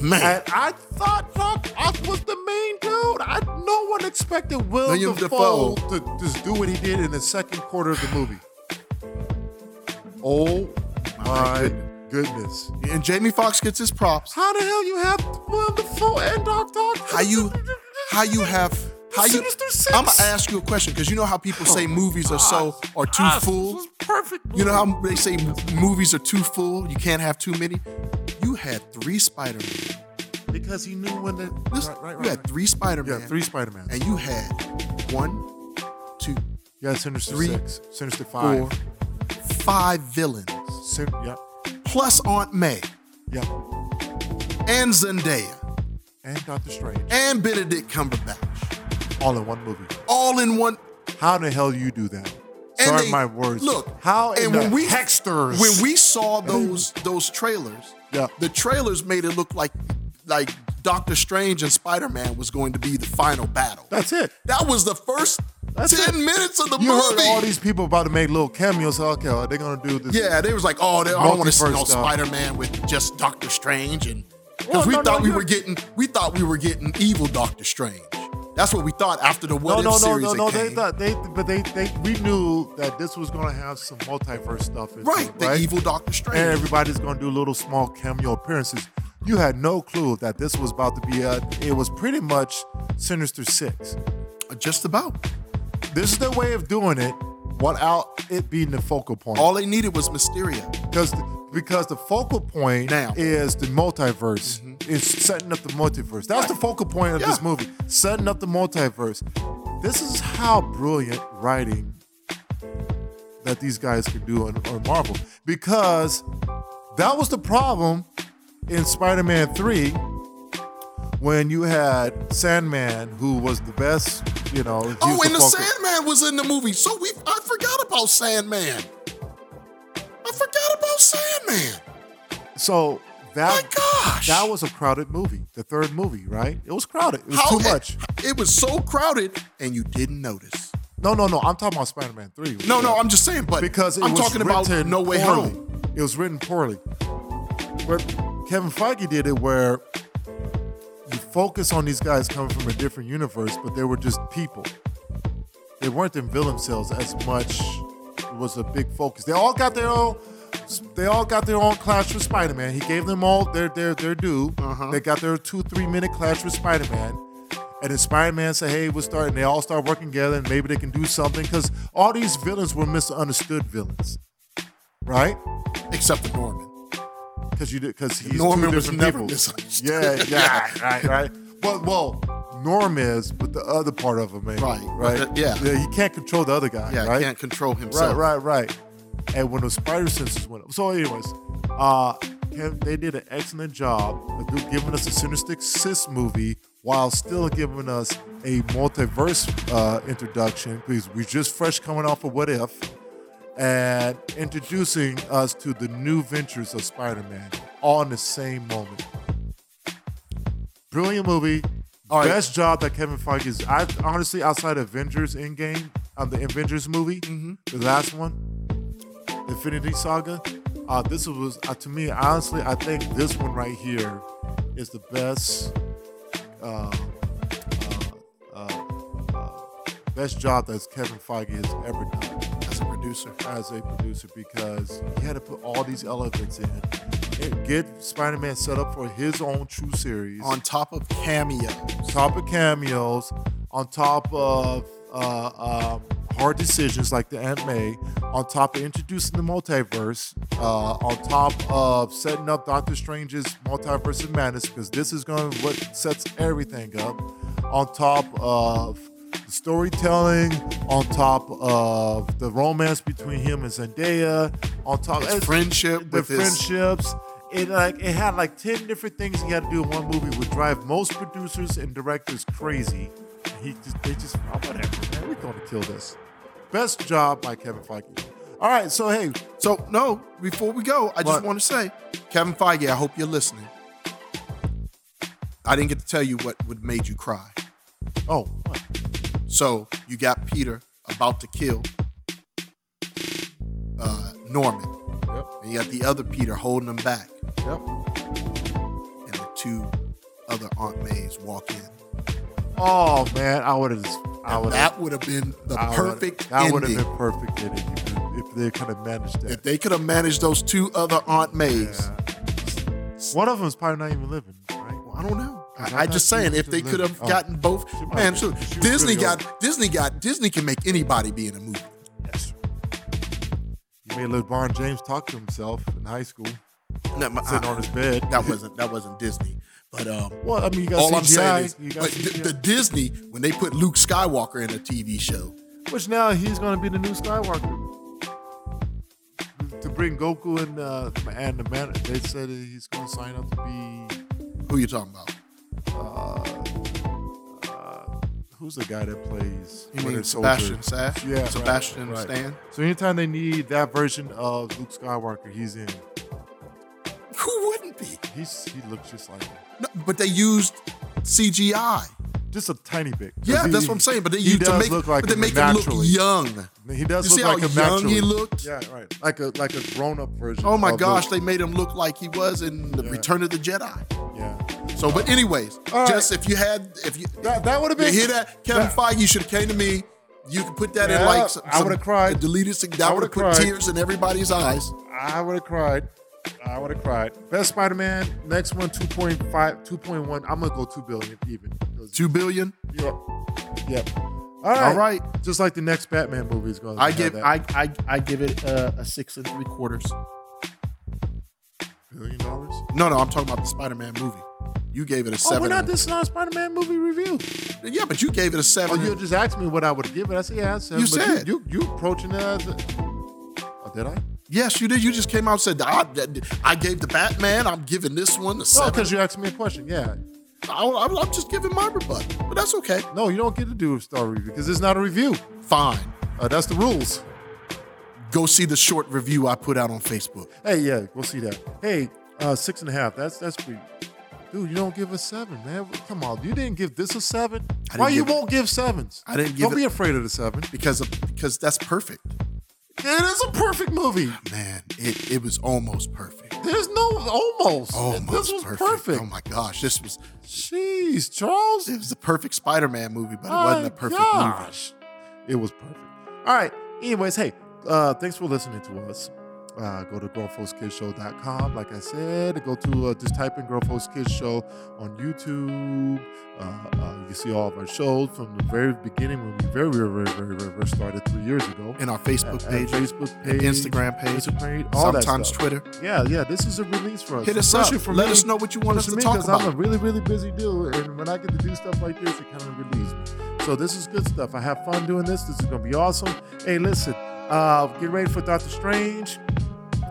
Speaker 4: Man,
Speaker 2: And I thought Doc Ock was the main dude. I no one expected Will
Speaker 4: William
Speaker 2: Dafoe,
Speaker 4: Dafoe.
Speaker 2: to just do what he did in the second quarter of the movie. Oh my,
Speaker 4: goodness.
Speaker 2: goodness.
Speaker 4: And Jamie Foxx gets his props.
Speaker 2: How the hell you have wonderful and dark dark?
Speaker 4: How you how you have how you
Speaker 2: Sinister Six. Oh,
Speaker 4: I'm gonna ask you a question because you know how people say movies are so are too full.
Speaker 2: perfect.
Speaker 4: You know how they say movies are too full. You can't have too many. You had three Spider Man.
Speaker 2: because he knew when the right, right, right,
Speaker 4: You had
Speaker 2: right.
Speaker 4: three Spider Man.
Speaker 2: Yeah, three Spider Man.
Speaker 4: And you had one, two,
Speaker 2: Yeah, Sinister
Speaker 4: Three,
Speaker 2: Six, Sinister Five.
Speaker 4: four, five villains
Speaker 2: Sin- yep,
Speaker 4: plus Aunt May
Speaker 2: yep,
Speaker 4: and Zendaya
Speaker 2: and Doctor Strange,
Speaker 4: and Benedict Cumberbatch
Speaker 2: all in one movie.
Speaker 4: all in one.
Speaker 2: How the hell you do that?
Speaker 4: And
Speaker 2: Sorry,
Speaker 4: they-
Speaker 2: my words.
Speaker 4: Look,
Speaker 2: how in
Speaker 4: and
Speaker 2: the
Speaker 4: when we
Speaker 2: hexters
Speaker 4: when we saw those those trailers,
Speaker 2: Yeah.
Speaker 4: the trailers made it look like like Doctor Strange and Spider Man was going to be the final battle.
Speaker 2: that's it.
Speaker 4: That was the first
Speaker 2: That's
Speaker 4: ten
Speaker 2: it.
Speaker 4: minutes of the
Speaker 2: You heard
Speaker 4: movie.
Speaker 2: all these people about to make little cameos. Okay, are they gonna do this?
Speaker 4: yeah, they was like, oh, they, I don't want to see no
Speaker 2: Multiverse stuff.
Speaker 4: Spider Man with just Doctor Strange, and
Speaker 2: Well,
Speaker 4: because we
Speaker 2: no, no,
Speaker 4: thought we
Speaker 2: you-
Speaker 4: were getting we thought we were getting evil Doctor Strange. That's what we thought after the
Speaker 2: No,
Speaker 4: What
Speaker 2: no,
Speaker 4: If
Speaker 2: no,
Speaker 4: series.
Speaker 2: no,
Speaker 4: that
Speaker 2: no. They
Speaker 4: came.
Speaker 2: thought they, but they, they, we knew that this was gonna have some multiverse stuff. in
Speaker 4: right,
Speaker 2: it,
Speaker 4: the evil Doctor Strange.
Speaker 2: and everybody's gonna do little small cameo appearances. You had no clue that this was about to be a. It was pretty much Sinister Six.
Speaker 4: just about.
Speaker 2: This is their way of doing it, without it being the focal point.
Speaker 4: All they needed was Mysterio.
Speaker 2: because the, because the focal point
Speaker 4: Now. Mm-hmm.
Speaker 2: is the multiverse. It's setting up the multiverse. That's the focal point of this
Speaker 4: Yeah.
Speaker 2: movie. Setting up the multiverse. This is how brilliant writing that these guys could do on, on Marvel because that was the problem in Spider-Man 3 when you had Sandman who was the best, you know, he
Speaker 4: Oh,
Speaker 2: was
Speaker 4: and the
Speaker 2: focal.
Speaker 4: Sandman was in the movie. So we I forgot about Sandman. I forgot about Sandman.
Speaker 2: So
Speaker 4: My
Speaker 2: that
Speaker 4: gosh.
Speaker 2: That was a crowded movie, the third movie, right? It was crowded. It was
Speaker 4: How-
Speaker 2: too much.
Speaker 4: It, was so crowded and you didn't notice.
Speaker 2: No, no, no. I'm talking about Spider Man 3.
Speaker 4: No, no, I'm just saying, but
Speaker 2: Because it
Speaker 4: I'm
Speaker 2: was
Speaker 4: talking about
Speaker 2: written
Speaker 4: No Way
Speaker 2: poorly.
Speaker 4: Home.
Speaker 2: It was written poorly. But Kevin Feige did it where you focus on these guys coming from a different universe, but they were just people. They weren't reveal themselves as much. It was a big focus. They all got their own. They all got their own clash with Spider Man. He gave them all their their their due.
Speaker 4: Uh-huh.
Speaker 2: They got their two three minute clash with Spider Man. And then Spider Man said, "Hey, we'll start." And they all start working together, and maybe they can do something because all these villains were misunderstood villains, right?
Speaker 4: Except for Norman.
Speaker 2: Because you because he's
Speaker 4: Norman
Speaker 2: two
Speaker 4: was
Speaker 2: different
Speaker 4: never
Speaker 2: people.
Speaker 4: misunderstood.
Speaker 2: Yeah, yeah, right, right. Well, well, Norm is, but the other part of him, ain't,
Speaker 4: Right,
Speaker 2: right,
Speaker 4: but the- yeah.
Speaker 2: yeah. He can't control the other guy,
Speaker 4: Yeah,
Speaker 2: right?
Speaker 4: can't control himself.
Speaker 2: Right, right, right. And when the spider senses went up. So, anyways, uh, Kev- they did an excellent job of do- giving us a Sinister Six movie while still giving us a multiverse uh, introduction because we're just fresh coming off of What If and introducing us to the new ventures of Spider Man all in the same moment. Brilliant movie.
Speaker 4: All right.
Speaker 2: Best job that Kevin Feige is. I honestly, outside of Avengers Endgame, um, the Avengers movie,
Speaker 4: Mm-hmm.
Speaker 2: the last one, Infinity Saga. Uh, this was uh, to me honestly. I think this one right here is the best, uh, uh, uh, uh, best job that Kevin Feige has ever done
Speaker 4: As a producer.
Speaker 2: as a producer because he had to put all these elements in. and Get Spider-Man set up for his own true series.
Speaker 4: On top of cameo.
Speaker 2: top of cameos, on top of uh, um, hard decisions like the Aunt May, on top of introducing the multiverse, uh, on top of setting up Doctor Strange's multiverse of madness because this is going to what sets everything up, on top of the storytelling, on top of the romance between him and Zendaya, on top
Speaker 4: His
Speaker 2: of
Speaker 4: friendship
Speaker 2: the
Speaker 4: with his-
Speaker 2: friendships. It like it had like ten different things he had to do in one movie would drive most producers and directors crazy. He just they just oh, whatever man, we're gonna kill this. Best job by Kevin Feige. All right, so hey,
Speaker 4: So no, before we go, I just
Speaker 2: What?
Speaker 4: want to say, Kevin Feige, I hope you're listening. I didn't get to tell you what would made you cry.
Speaker 2: oh what?
Speaker 4: So you got Peter about to kill uh, Norman,
Speaker 2: Yep,
Speaker 4: and you got the other Peter holding him back,
Speaker 2: yep.
Speaker 4: and the two other Aunt Mays walk in.
Speaker 2: Oh man, I would have. I
Speaker 4: And
Speaker 2: would.
Speaker 4: that would have been the perfect
Speaker 2: That would
Speaker 4: ending.
Speaker 2: have been perfect ending if, if if they could have managed
Speaker 4: If
Speaker 2: that.
Speaker 4: they could have managed those two other Aunt Mays,
Speaker 2: One of them's probably not even living, right?
Speaker 4: Well, I don't know.
Speaker 2: Cause
Speaker 4: I, I
Speaker 2: I'm
Speaker 4: just
Speaker 2: not
Speaker 4: saying,
Speaker 2: sure
Speaker 4: if
Speaker 2: if
Speaker 4: they
Speaker 2: the
Speaker 4: could have
Speaker 2: lady- oh,
Speaker 4: gotten both,
Speaker 2: she might
Speaker 4: man,
Speaker 2: be.
Speaker 4: sure.
Speaker 2: She was
Speaker 4: Disney
Speaker 2: really
Speaker 4: got Disney got Disney can make anybody be in a movie.
Speaker 2: Yes. You made LeBron James talk to himself in high school,
Speaker 4: No, my-
Speaker 2: sitting on his bed.
Speaker 4: Ah. that wasn't that wasn't Disney, but um,
Speaker 2: Well, I mean, you got
Speaker 4: all
Speaker 2: CGI.
Speaker 4: I'm saying is,
Speaker 2: you got
Speaker 4: but the,
Speaker 2: CGI.
Speaker 4: the Disney when they put Luke Skywalker in a TV show,
Speaker 2: Which now he's going to be the new Skywalker. To bring Goku and uh, and the man, they said that he's going to sign up to be
Speaker 4: who you talking about?
Speaker 2: who's the guy that plays
Speaker 4: You
Speaker 2: Winter
Speaker 4: mean
Speaker 2: Soldier?
Speaker 4: Sebastian Saff?
Speaker 2: Yeah, right,
Speaker 4: Sebastian
Speaker 2: right.
Speaker 4: Stan.
Speaker 2: So anytime they need that version of Luke Skywalker, he's in.
Speaker 4: Who wouldn't be?
Speaker 2: He's he looks just like him.
Speaker 4: No, but they used CGI.
Speaker 2: just a tiny bit. 'Cause
Speaker 4: Yeah,
Speaker 2: he-
Speaker 4: that's what I'm saying. But they
Speaker 2: he
Speaker 4: used to
Speaker 2: does
Speaker 4: make,
Speaker 2: look like
Speaker 4: but they
Speaker 2: him
Speaker 4: make
Speaker 2: naturally.
Speaker 4: him look young.
Speaker 2: He does
Speaker 4: You see
Speaker 2: look
Speaker 4: how
Speaker 2: like a
Speaker 4: young he
Speaker 2: naturally.
Speaker 4: looked?
Speaker 2: Yeah, right. Like a like a grown up version.
Speaker 4: Oh my
Speaker 2: of
Speaker 4: gosh,
Speaker 2: Luke.
Speaker 4: they made him look like he was in the
Speaker 2: Yeah.
Speaker 4: Return of the Jedi.
Speaker 2: yeah.
Speaker 4: So, but anyways,
Speaker 2: All right.
Speaker 4: just if you had, if you
Speaker 2: That, that would have
Speaker 4: you
Speaker 2: been.
Speaker 4: hear that, Kevin
Speaker 2: that-
Speaker 4: Feige, you should have came to me. You could put that in
Speaker 2: Yeah,
Speaker 4: like some,
Speaker 2: I would've
Speaker 4: some-
Speaker 2: cried.
Speaker 4: deleted. Some,
Speaker 2: I
Speaker 4: that would have
Speaker 2: would've
Speaker 4: put
Speaker 2: cried.
Speaker 4: tears in everybody's eyes.
Speaker 2: I would have cried. I would have cried. Best Spider Man. Next one, 2.5, 2.1. I'm gonna go two billion even. 'cause-
Speaker 4: Two billion.
Speaker 2: Yep. Yep. All right.
Speaker 4: All right.
Speaker 2: Just like the next Batman movie is going.
Speaker 4: I give I, I I give it a, a six and three quarters.
Speaker 2: billion dollars.
Speaker 4: No, no, I'm talking about the Spider-Man movie. You gave it a
Speaker 2: Oh,
Speaker 4: seven.
Speaker 2: we're not.
Speaker 4: and-
Speaker 2: This is not a Spider Man movie review.
Speaker 4: yeah, but you gave it a
Speaker 2: Oh,
Speaker 4: seven.
Speaker 2: you
Speaker 4: and-
Speaker 2: just asked me what I would give it. I said, yeah, I said.
Speaker 4: You
Speaker 2: but
Speaker 4: said.
Speaker 2: you you, you approaching it as. A, oh, did I?
Speaker 4: yes, you did. You just came out and said I, I gave the Batman. I'm giving this one a
Speaker 2: No,
Speaker 4: seven.
Speaker 2: because you asked me a question. Yeah.
Speaker 4: I, I'm I'm just giving my rebuttal, but that's okay.
Speaker 2: No, you don't get to do a star review because it's not a review.
Speaker 4: Fine.
Speaker 2: Uh, that's the rules.
Speaker 4: Go see the short review I put out on Facebook.
Speaker 2: Hey, yeah, we'll see that. Hey, uh, six and a half. That's that's pretty. Dude, you don't give a seven, man. Come on, you didn't give this a seven.
Speaker 4: I
Speaker 2: Why
Speaker 4: didn't
Speaker 2: you
Speaker 4: give-
Speaker 2: won't give sevens?
Speaker 4: I didn't give
Speaker 2: Don't
Speaker 4: it-
Speaker 2: be afraid of the seven.
Speaker 4: because of because that's perfect.
Speaker 2: It is a perfect movie.
Speaker 4: Man, it, it was almost perfect.
Speaker 2: There's no almost.
Speaker 4: Almost
Speaker 2: this was perfect.
Speaker 4: Oh my gosh, this was
Speaker 2: Jeez, Charles.
Speaker 4: it was the perfect Spider-Man movie, but it
Speaker 2: My
Speaker 4: wasn't a perfect movie.
Speaker 2: gosh. It was perfect. All right. Anyways, hey, uh, thanks for listening to us. Uh, go to grownfolkskidsshow.com. Like I said, go to uh, just type in Grown Folks Kids Show on YouTube. Uh, uh, you can see all of our shows from the very beginning when we very, very, very, very, very first started three years ago.
Speaker 4: In our Facebook
Speaker 2: Uh,
Speaker 4: page,
Speaker 2: Facebook
Speaker 4: and
Speaker 2: page,
Speaker 4: Instagram page,
Speaker 2: Instagram, all that
Speaker 4: sometimes
Speaker 2: stuff.
Speaker 4: Twitter.
Speaker 2: Yeah, yeah. This is a release for us.
Speaker 4: Hit us
Speaker 2: especially
Speaker 4: up.
Speaker 2: For
Speaker 4: Let
Speaker 2: me,
Speaker 4: us know what you want us
Speaker 2: especially
Speaker 4: to talk
Speaker 2: me, 'cause I'm a
Speaker 4: about.
Speaker 2: really, really busy dude, and when I get to do stuff like this, it kind of relieves me. So this is good stuff. I have fun doing this. This is gonna be awesome. Hey, listen, uh, get ready for Doctor Strange.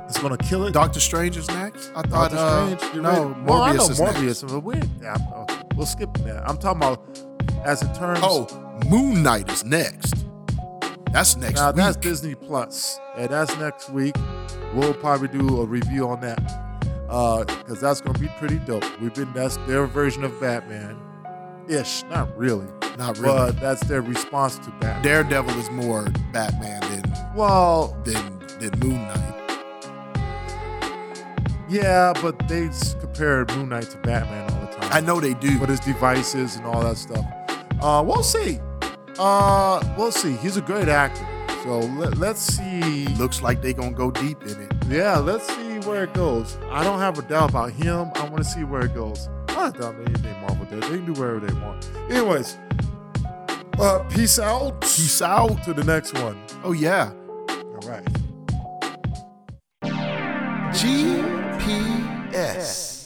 Speaker 2: It's gonna kill it.
Speaker 4: Doctor Strange is next. I thought
Speaker 2: Doctor
Speaker 4: uh,
Speaker 2: Strange. get
Speaker 4: no,
Speaker 2: ready.
Speaker 4: Morbius
Speaker 2: well, I know
Speaker 4: is next.
Speaker 2: Morbius, but we yeah, okay, we'll skip that. I'm talking about as in terms.
Speaker 4: Oh, Moon Knight is next. That's next
Speaker 2: Now
Speaker 4: week.
Speaker 2: that's Disney Plus, and that's next week. We'll probably do a review on that because that's gonna be pretty dope. We've been that's their version of Batman, ish, not really,
Speaker 4: Not really.
Speaker 2: but that's their response to Batman.
Speaker 4: Daredevil is more Batman than
Speaker 2: well,
Speaker 4: than than Moon Knight.
Speaker 2: yeah, but they s- compare Moon Knight to Batman all the time.
Speaker 4: I know they do.
Speaker 2: what his devices and all that stuff. Uh, we'll see. Uh, we'll see. He's a great actor, so let, let's see.
Speaker 4: Looks like they gonna go deep in it.
Speaker 2: Yeah, let's see where it goes. I don't have a doubt about him. I want to see where it goes. I don't doubt anything Marvel does. They can do wherever they want. Anyways, uh, peace out.
Speaker 4: Peace out.
Speaker 2: to the next one.
Speaker 4: Oh yeah.
Speaker 2: All right.
Speaker 4: GPS.